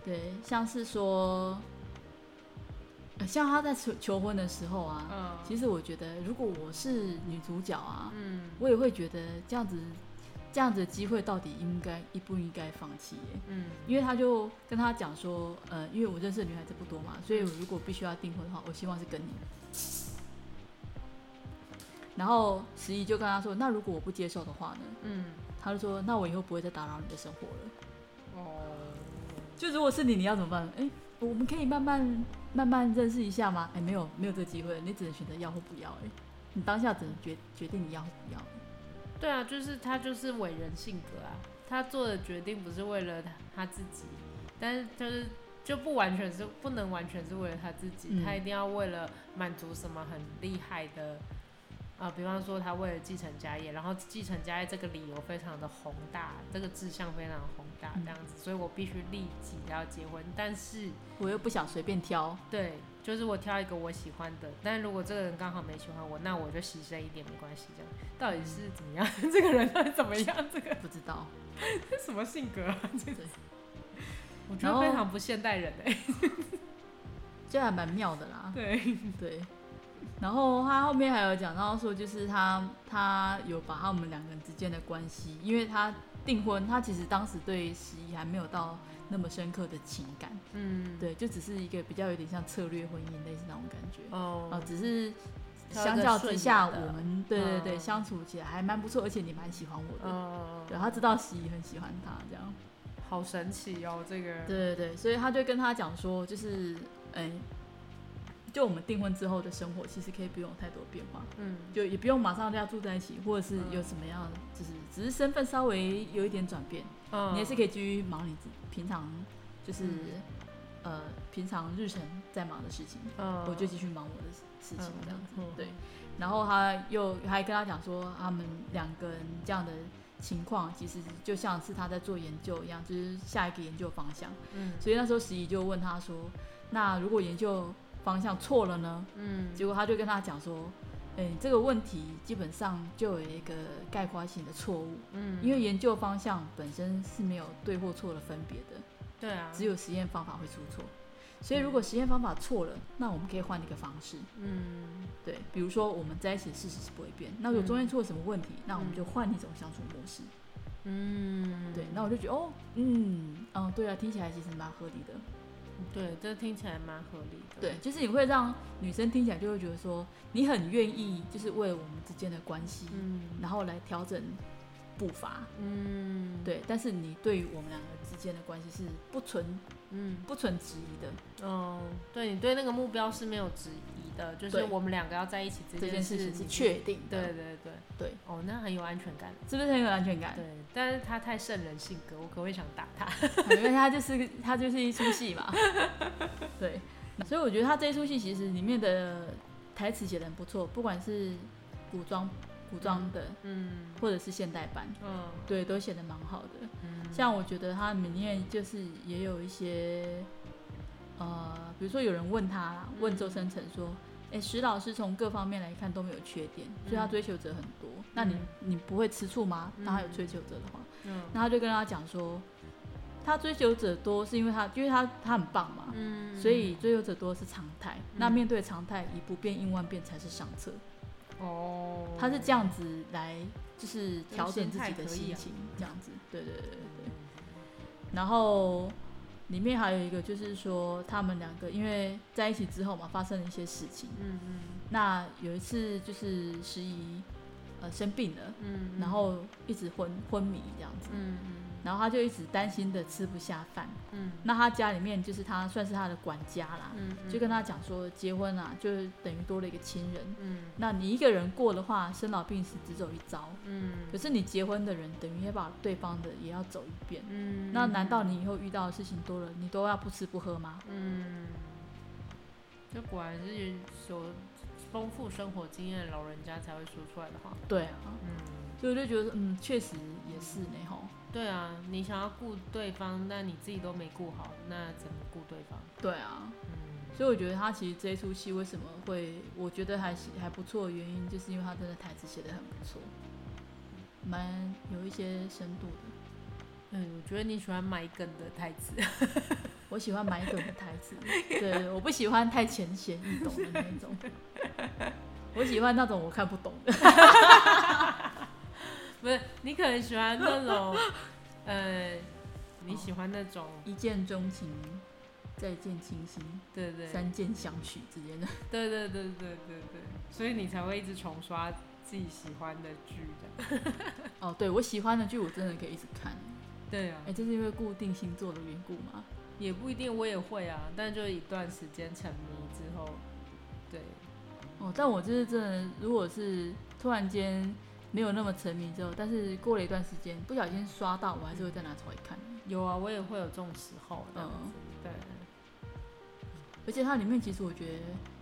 对，像是说，呃像他在求求婚的时候啊，嗯其实我觉得如果我是女主角啊，嗯我也会觉得这样子，这样子的机会到底应该应不应该放弃耶？嗯因为他就跟他讲说，呃，因为我认识的女孩子不多嘛，所以我如果必须要订婚的话，我希望是跟你。然后十一就跟他说，那如果我不接受的话呢？嗯，他就说，那我以后不会再打扰你的生活了。哦，就如果是你，你要怎么办？哎、我们可以慢慢慢慢认识一下吗？哎、没有没有这个机会，你只能选择要或不要、哎，你当下只能决决定你要或不要。对啊，就是他就是伪人性格啊。他做的决定不是为了他他自己，但是就是就不完全是不能完全是为了他自己，嗯他一定要为了满足什么很厉害的。啊、比方说他为了继承家业，然后继承家业这个理由非常的宏大，这个志向非常宏大，这样子，所以我必须立即要结婚。但是我又不想随便挑，对，就是我挑一个我喜欢的，但如果这个人刚好没喜欢我，那我就牺牲一点没关系。这样到底嗯是怎么样？ 这个人到底怎么样？这个不知道。这什么性格啊？这个对我觉然得后非常不现代人哎、这还蛮妙的啦。对， 对，然后他后面还有讲到说，就是他他有把他们两个人之间的关系，因为他订婚，他其实当时对十一还没有到那么深刻的情感， 嗯，，对，就只是一个比较有点像策略婚姻类似那种感觉。啊哦，，只是挑一相个较顺眼之下，的我们对对对嗯相处起来还蛮不错，而且你蛮喜欢我的。哦，对，他知道十一很喜欢他这样。好神奇哦，这个，对对对，所以他就跟他讲说，就是哎、就我们订婚之后的生活，其实可以不用有太多变化，嗯，就也不用马上就要住在一起，或者是有什么样的，就是只是身份稍微有一点转变，嗯你也是可以继续忙你自平常就是、嗯呃平常日程在忙的事情，嗯，我就继续忙我的事事情这样子。嗯对，然后他又还跟他讲说，他们两个人这样的情况，其实就像是他在做研究一样，就是下一个研究方向。嗯所以那时候十一就问他说：“那如果研究方向错了呢？”嗯，结果他就跟他讲说：“哎、这个问题基本上就有一个概括性的错误，嗯，因为研究方向本身是没有对或错的分别的，对啊，只有实验方法会出错。所以如果实验方法错了，那我们可以换一个方式。嗯对，比如说我们在一起的事实是不会变，那如果中间出了什么问题，那我们就换一种相处模式。嗯，对，那我就觉得哦，嗯，嗯，对啊，听起来其实蛮合理的。对，这听起来蛮合理的，对，就是你会让女生听起来就会觉得说，你很愿意，就是为了我们之间的关系，嗯然后来调整步伐。嗯，，对，但是你对于我们两个之间的关系是不存嗯。不存质疑的嗯，对你对那个目标是没有质疑的，就是对我们两个要在一起这这件事事情你是确定的，对对对对，哦，那很有安全感。是不是很有安全感？对，但是他太圣人性格，我可能会想打他。因为他就是他就是一出 戏嘛，对，所以我觉得他这一出戏其实里面的台词写的很不错，不管是古装古装的嗯或者是现代版，嗯对，都写的蛮好的。嗯，像我觉得它里面就是也有一些，呃，比如说有人问他啦，问周生辰说：“哎、石老师从各方面来看都没有缺点，所以他嗯追求者很多。那你嗯你不会吃醋吗？当他有嗯追求者的话，嗯那他就跟他讲说，他追求者多是因为他，因为他他很棒嘛，嗯所以追求者多是常态。那嗯面对常态，以不变应万变才是上策。哦，他是这样子来，就是这个调整心自己态的可以心啊情，这样子。对对对对对。然后里面还有一个就是说，他们两个因为在一起之后嘛，发生了一些事情。嗯嗯那有一次就是时宜呃生病了，嗯，然后一直昏昏迷这样子。嗯然后他就一直担心的吃不下饭。嗯嗯那他家里面就是他算是他的管家啦，嗯，就跟他讲说，结婚啊，就是等于多了一个亲人。嗯那你一个人过的话，生老病死只走一遭。嗯可是你结婚的人，等于要把对方的也要走一遍。嗯，那难道你以后遇到的事情多了，你都要不吃不喝吗？嗯，这果然是有丰富生活经验的老人家才会说出来的话。对啊，嗯。所以我就觉得，嗯，确实也是呢吼。对啊，你想要顾对方，那你自己都没顾好，那怎么顾对方？对啊，嗯所以我觉得他其实这一出戏为什么会，我觉得还是还不错的原因，就是因为他真的台词写的很不错，蛮有一些深度的。嗯，我觉得你喜欢买梗的台词。我喜欢买梗的台词，对，我不喜欢太浅显易懂的那一种，我喜欢那种我看不懂的。不是，你可能喜欢那种，呃，你喜欢那种，一见钟情，再见倾心，对对对三见相许之间的。对对对对对对，所以你才会一直重刷自己喜欢的剧的。哦，对我喜欢的剧，我真的可以一直看。对啊哎、，这是因为固定星座的缘故吗？也不一定，我也会啊，但就一段时间沉迷之后，对，哦，但我就是真的，如果是突然间没有那么沉迷之后，但是过了一段时间，不小心刷到，我还是会再拿出来看。有啊，我也会有这种时候，这样子，嗯对，而且它里面其实我觉得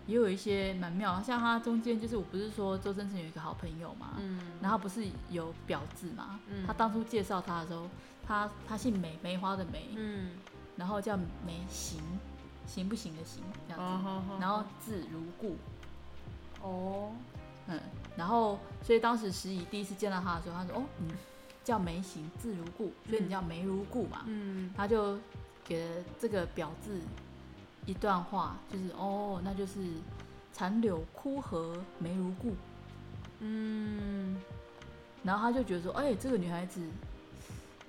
也有一些蛮妙，像它中间就是我不是说周深成有一个好朋友嘛，嗯，然后不是有表字嘛，嗯他当初介绍他的时候，他他姓梅，梅花的梅，嗯，然后叫梅行，行不行的行这样子，哦好好然后字如故，哦，嗯，然后所以当时石怡第一次见到他的时候，他说哦，你叫梅行字如故，所以你叫梅如故嘛，嗯，他就给了这个表字一段话，就是哦，那就是残柳枯荷梅如故，嗯，然后他就觉得说，哎、这个女孩子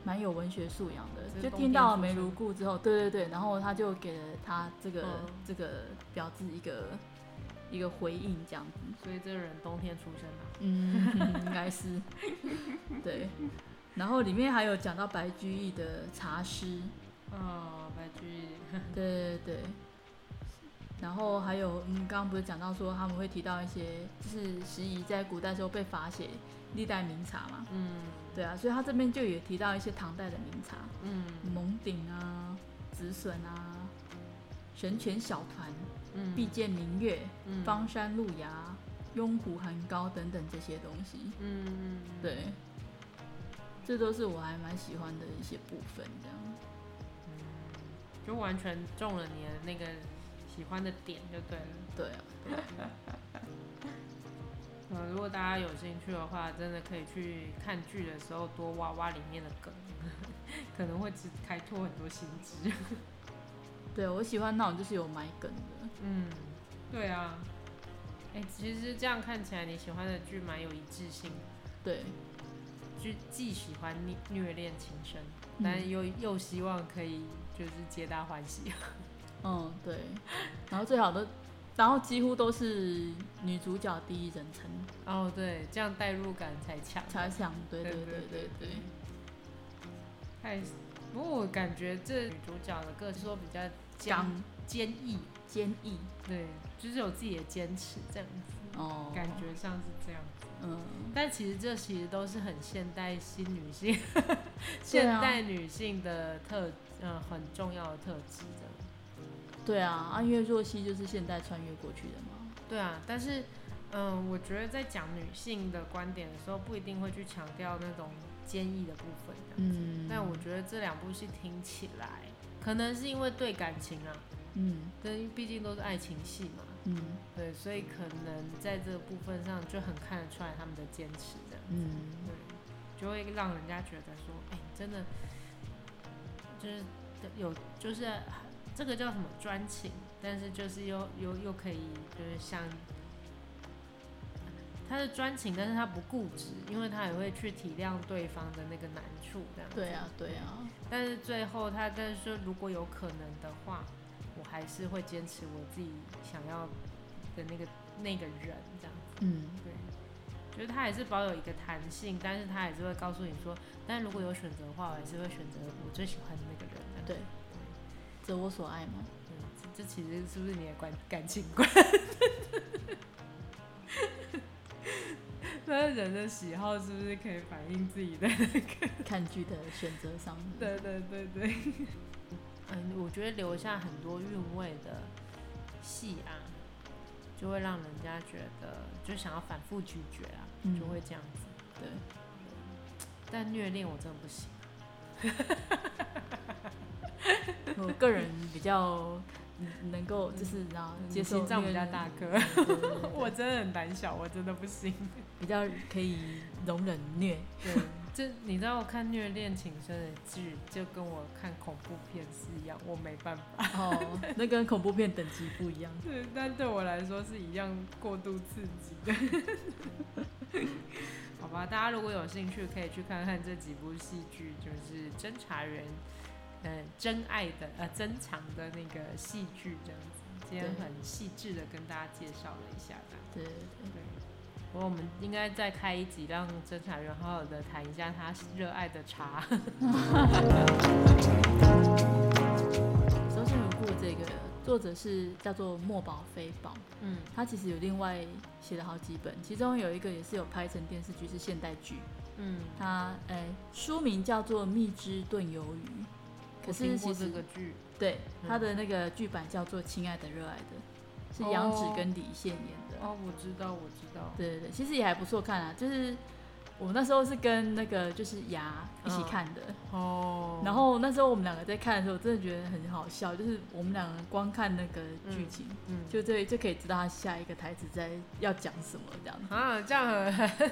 蛮有文学素养的，这就是听到了梅如故之后，对对对，然后他就给了她这个、嗯这个表字一个一个回应，这样子，所以这个人冬天出生啊，嗯， 应该是对。然后里面还有讲到白居易的茶诗，哦，白居易，对对对。然后还有，嗯，刚刚不是讲到说他们会提到一些，就是时宜在古代时候被罚写历代名茶嘛，嗯对啊，所以他这边就也提到一些唐代的名茶，嗯蒙顶啊、紫笋啊、神泉小团、嗯，碧涧明月、嗯方山路崖、雍湖寒高等等这些东西。嗯嗯，嗯，对，这都是我还蛮喜欢的一些部分。这样，就完全中了你的那个喜欢的点就对了。对啊，呃，如果大家有兴趣的话，真的可以去看剧的时候多挖挖里面的梗， 可能会只开拓很多新知。对我喜欢那种就是有埋梗的。嗯，对啊。哎、其实这样看起来，你喜欢的剧蛮有一致性的，对，就既喜欢虐虐恋情深，嗯但又又希望可以就是皆大欢喜。嗯对，然后最好的，然后几乎都是女主角第一人称哦，对，这样代入感才强。猜想。对对对对对对对对。太，不过我感觉这女主角的个性说比较刚坚坚毅，坚毅对，就是有自己的坚持这样子，哦，感觉上是这样。嗯。但其实这其实都是很现代新女性， 对现啊代女性的特呃很重要的特质的。对啊，安月若曦就是现代穿越过去的嘛。对啊，但是嗯、我觉得在讲女性的观点的时候，不一定会去强调那种坚毅的部分啊这样子。嗯但我觉得这两部戏听起来，可能是因为对感情啊，嗯对，毕竟都是爱情戏嘛，嗯对，所以可能在这个部分上就很看得出来他们的坚持这样，嗯，对，就会让人家觉得说，哎、真的就是有就是这个叫什么专情，但是就是又又又可以就是像。他是专情，但是他不固执，因为他也会去体谅对方的那个难处，这样子对啊对啊，但是最后他但是说，如果有可能的话，我还是会坚持我自己想要的那个那个人这样子。嗯对，就是他还是保有一个弹性，但是他还是会告诉你说，但如果有选择的话，我还是会选择我最喜欢的那个人。这样子对，择我所爱嘛。嗯，这这其实是不是你的感感情观？ 那人的喜好是不是可以反映自己的看剧的选择上面，对对对对。 嗯，我觉得留下很多韵味的戏啊，就会让人家觉得就想要反复咀嚼啊，嗯就会这样子。对但虐恋我真的不行，我个人比较嗯能够就是然后接受嗯心脏虐比较恋大的，颗，对对对对 我真的很胆小，我真的不行。比较可以容忍虐。 对，这你知道我看虐恋情深的剧，就跟我看恐怖片是一样，我没办法。哦，那跟恐怖片等级不一样。对，但对我来说是一样过度刺激的。 好吧，大家如果有兴趣，可以去看看这几部戏剧，就是侦查员，嗯、真爱的呃珍藏的那个戏剧这样子。今天对很细致的跟大家介绍了一下这样。对对对，对，不过我们应该再开一集，让侦查员好好的谈一下他热爱的茶。 周迅如故这个作者是叫做墨宝非宝，嗯他其实有另外写了好几本，其中有一个也是有拍成电视剧，是现代剧，嗯，它呃书名叫做《蜜汁炖鱿鱼》，可我是听其过实这个剧，对嗯它的那个剧版叫做《亲爱的热爱的》，是杨紫哦跟李现演的。哦，我知道，我知道，对对对，其实也还不错看啊，就是我那时候是跟那个就是牙一嗯起看的，哦，然后那时候我们两个在看的时候，我真的觉得很好笑，就是我们两个光看那个剧情，嗯，就对就可以知道他下一个台词在要讲什么这样。啊，这样很，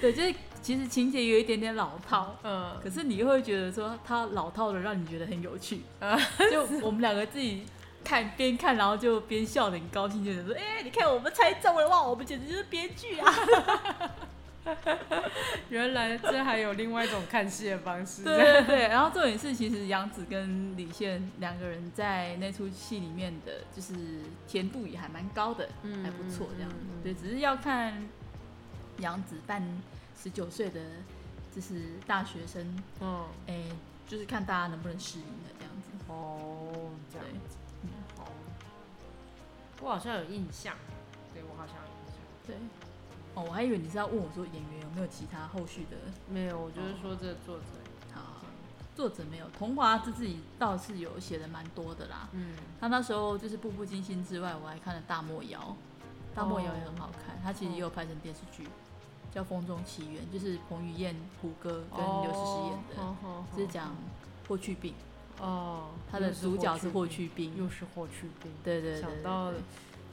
对，就是其实情节有一点点老套。嗯可是你又会觉得说他老套的让你觉得很有趣，啊 就我们两个自己看边看，然后就边笑的很高兴，就想说，哎、你看我们猜中了哇，我们简直就是编剧啊！原来这还有另外一种看戏的方式，对对对，然后重点是，其实杨紫跟李现两个人在那出戏里面的，就是甜度也还蛮高的，嗯还不错这样子。嗯嗯嗯对，只是要看杨紫扮十九岁的就是大学生，嗯，哎、就是看大家能不能适应的这样子。哦，这对样，好，我好像有印象，对我好像有印象。对。哦，我还以为你是要问我说演员有没有其他后续的。没有，我就是说这个作者，好，作者没有，桐华自己倒是有写的蛮多的啦。嗯，他那时候就是《步步惊心》之外，我还看了《大漠谣》，《大漠谣》也很好看，他其实也有拍成电视剧，叫《风中奇缘》，就是彭于晏、胡歌跟刘诗诗演的，哦，哦就是讲霍去病，哦，他的主角是霍霍去病，病又。是霍去病，对对对对想到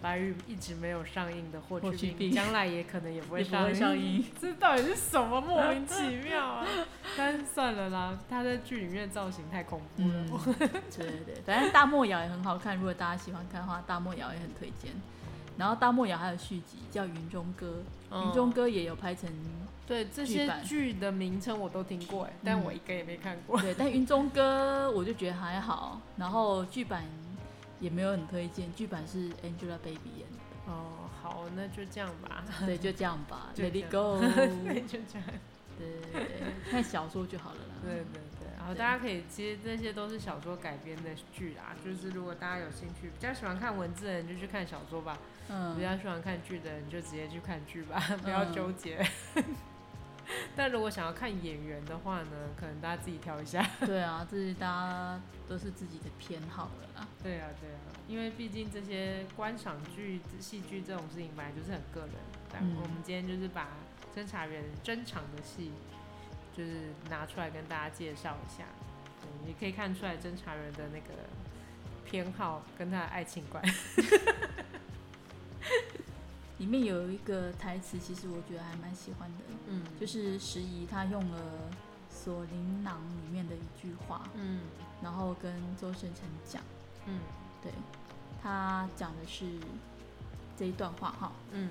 白日一直没有上映的霍霍去去病病，将来也可能也不会也不会上映， 这到底是什么莫名其妙啊？但是算了啦，他在剧里面的造型太恐怖了。嗯，对对对，反正《大漠谣》也很好看，如果大家喜欢看的话，《大漠谣》也很推荐。然后《大漠谣》还有续集叫《云中歌》，嗯云中歌》也有拍成，对这剧些版剧的名称我都听过，哎，但嗯我一个也没看过。 对，但《云中歌》我就觉得还好，然后剧版也没有很推荐，剧版是 Angelababy 演 的，哦，好，那就这样吧。对，就这样吧 就，Let 这 it 样 go，对， 对就这样。对对，看小说就好了对啦。对对，然后对大家可以，其实这些都是小说改编的剧啦。就是如果大家有兴趣，比较喜欢看文字的人就去看小说吧，比嗯，较喜欢看剧的人就直接去看剧吧， 不要纠结。 但如果想要看演员的话呢，可能大家自己挑一下。对啊，这是大家都是自己的偏好了啦。对啊，对啊，因为毕竟这些观赏剧、戏剧这种事情本来就是很个人的。但嗯我们今天就是把侦查员珍藏的戏，就是拿出来跟大家介绍一下。对，也可以看出来侦查员的那个偏好跟他的爱情观。里面有一个台词，其实我觉得还蛮喜欢的，嗯就是石怡她用了《锁麟囊》里面的一句话，嗯然后跟周深成讲，嗯对他讲的是这一段话哈，嗯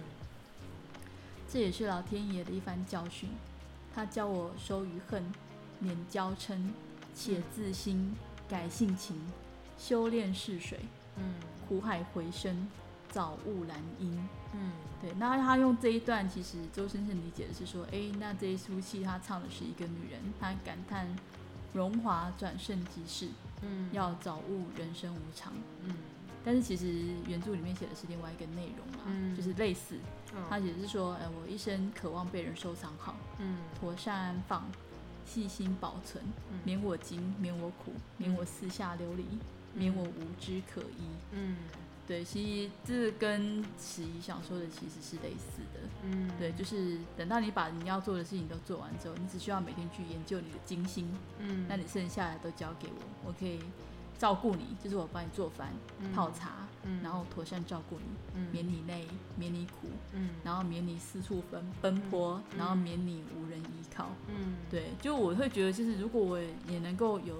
这也是老天爷的一番教训，他教我收于恨，免骄嗔，且自新，改性情，修炼逝水，嗯苦海回声，早悟兰因。嗯对，那他用这一段，其实周深深理解的是说，诶，那这一出戏他唱的是一个女人，他感叹荣华转瞬即逝，嗯要早悟人生无常。嗯但是其实原著里面写的是另外一个内容啦，嗯就是类似，他嗯写的是说，呃，我一生渴望被人收藏好，嗯妥善安放，细心保存，嗯免我惊，免我苦，免我四下流离，免我无知可依。嗯对，其实这跟迟疑想说的其实是类似的。嗯对，就是等到你把你要做的事情都做完之后，你只需要每天去研究你的金星，嗯那你剩下的都交给我，我可以照顾你，就是我帮你做饭、泡茶，嗯然后妥善照顾你，嗯免你累，免你苦，嗯然后免你四处奔奔波，嗯然后免你无人依靠。嗯对，就我会觉得，就是如果我也能够有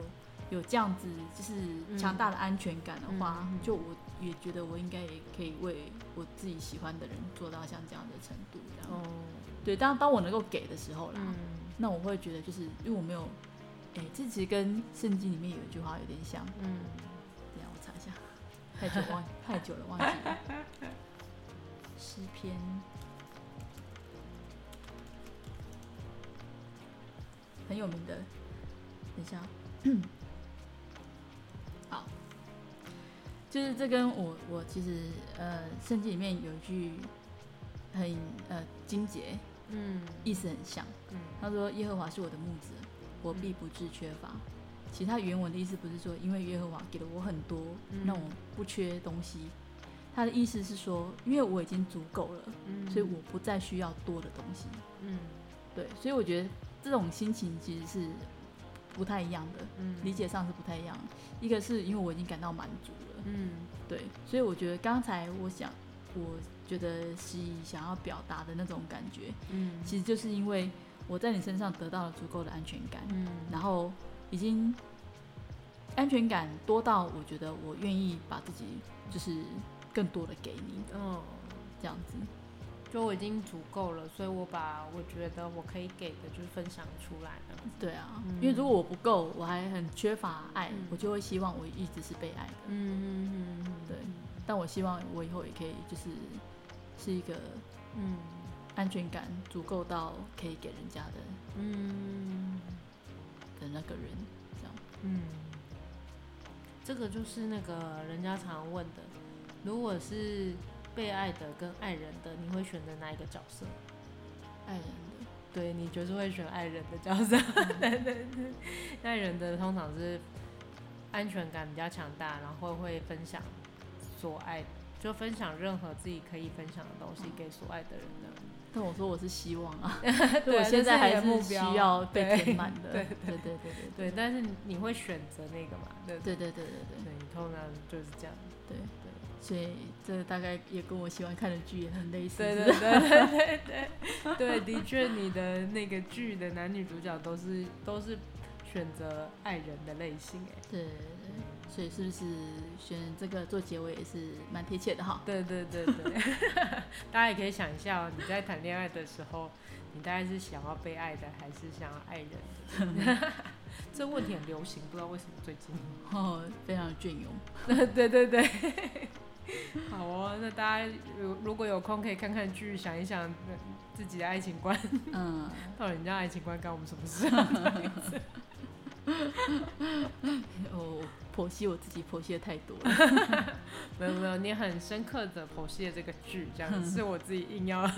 有这样子，就是强大的安全感的话，嗯嗯嗯嗯就我也觉得我应该也可以为我自己喜欢的人做到像这样的程度。这样、哦对，当当我能够给的时候啦，嗯那我会觉得就是因为我没有，哎、这其实跟圣经里面有一句话有点像，嗯等一下我查一下，太久忘太久了忘记了。诗篇，很有名的。等一下，好，就是这跟我我其实呃，圣经里面有一句很呃经节，嗯意思很像。嗯他说：“耶和华是我的牧者，我必不致缺乏。”其实他原文的意思不是说，因为耶和华给了我很多，嗯让我不缺东西。他的意思是说，因为我已经足够了，嗯，所以我不再需要多的东西。嗯对，所以我觉得这种心情其实是不太一样的，嗯理解上是不太一样的。一个是因为我已经感到满足了，嗯对，所以我觉得刚才我想，我觉得是想要表达的那种感觉，嗯其实就是因为我在你身上得到了足够的安全感，嗯然后已经安全感多到我觉得我愿意把自己就是更多的给你哦，这样子。就我已经足够了，所以我把我觉得我可以给的就分享出来了。对啊，嗯因为如果我不够，我还很缺乏爱，嗯我就会希望我一直是被爱的。嗯嗯嗯，对，但我希望我以后也可以就是是一个嗯安全感足够到可以给人家的嗯的那个人。这样，嗯，这个就是那个人家常问的，如果是被爱的跟爱人的，你会选择哪一个角色？爱哎人的，对你就是会选爱人的角色， 对对对，爱人的通常是安全感比较强大，然后会分享所爱，就分享任何自己可以分享的东西给所爱的人的。但我说我是希望啊，对我现在这还是你的是目需标要被对填满的。对 对对对对对，但是你会选择那个嘛？对对对对对对对，通常就是这样。对对，所以这大概也跟我喜欢看的剧也很类似。对是不对是对对 对对，的确，你的那个剧的男女主角都是都是选择爱人的类型哎。对对对，所以是不是选这个做结尾也是蛮贴切的哈？对对对对， 大家也可以想一下哦，你在谈恋爱的时候，你大概是想要被爱的，还是想要爱人的？ 这问题很流行，不知道为什么最近。哦，非常隽永。 对对对， 好哦，那大家如如果有空可以看看剧，想一想呃自己的爱情观，嗯，到底人家爱情观干我们什么事？ 哦我剖析我自己剖析的太多 了。没有没有，你很深刻的剖析了这个剧，这 样是我自己硬要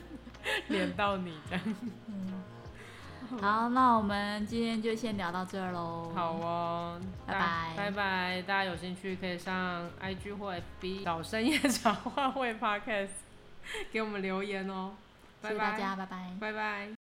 连到你这样。好，那我们今天就先聊到这儿喽。好，哦，拜大拜拜拜，大家有兴趣可以上 IG 或 FB 找深夜茶话会 Podcast 给我们留言哦，谢谢拜拜大家，拜拜。拜拜。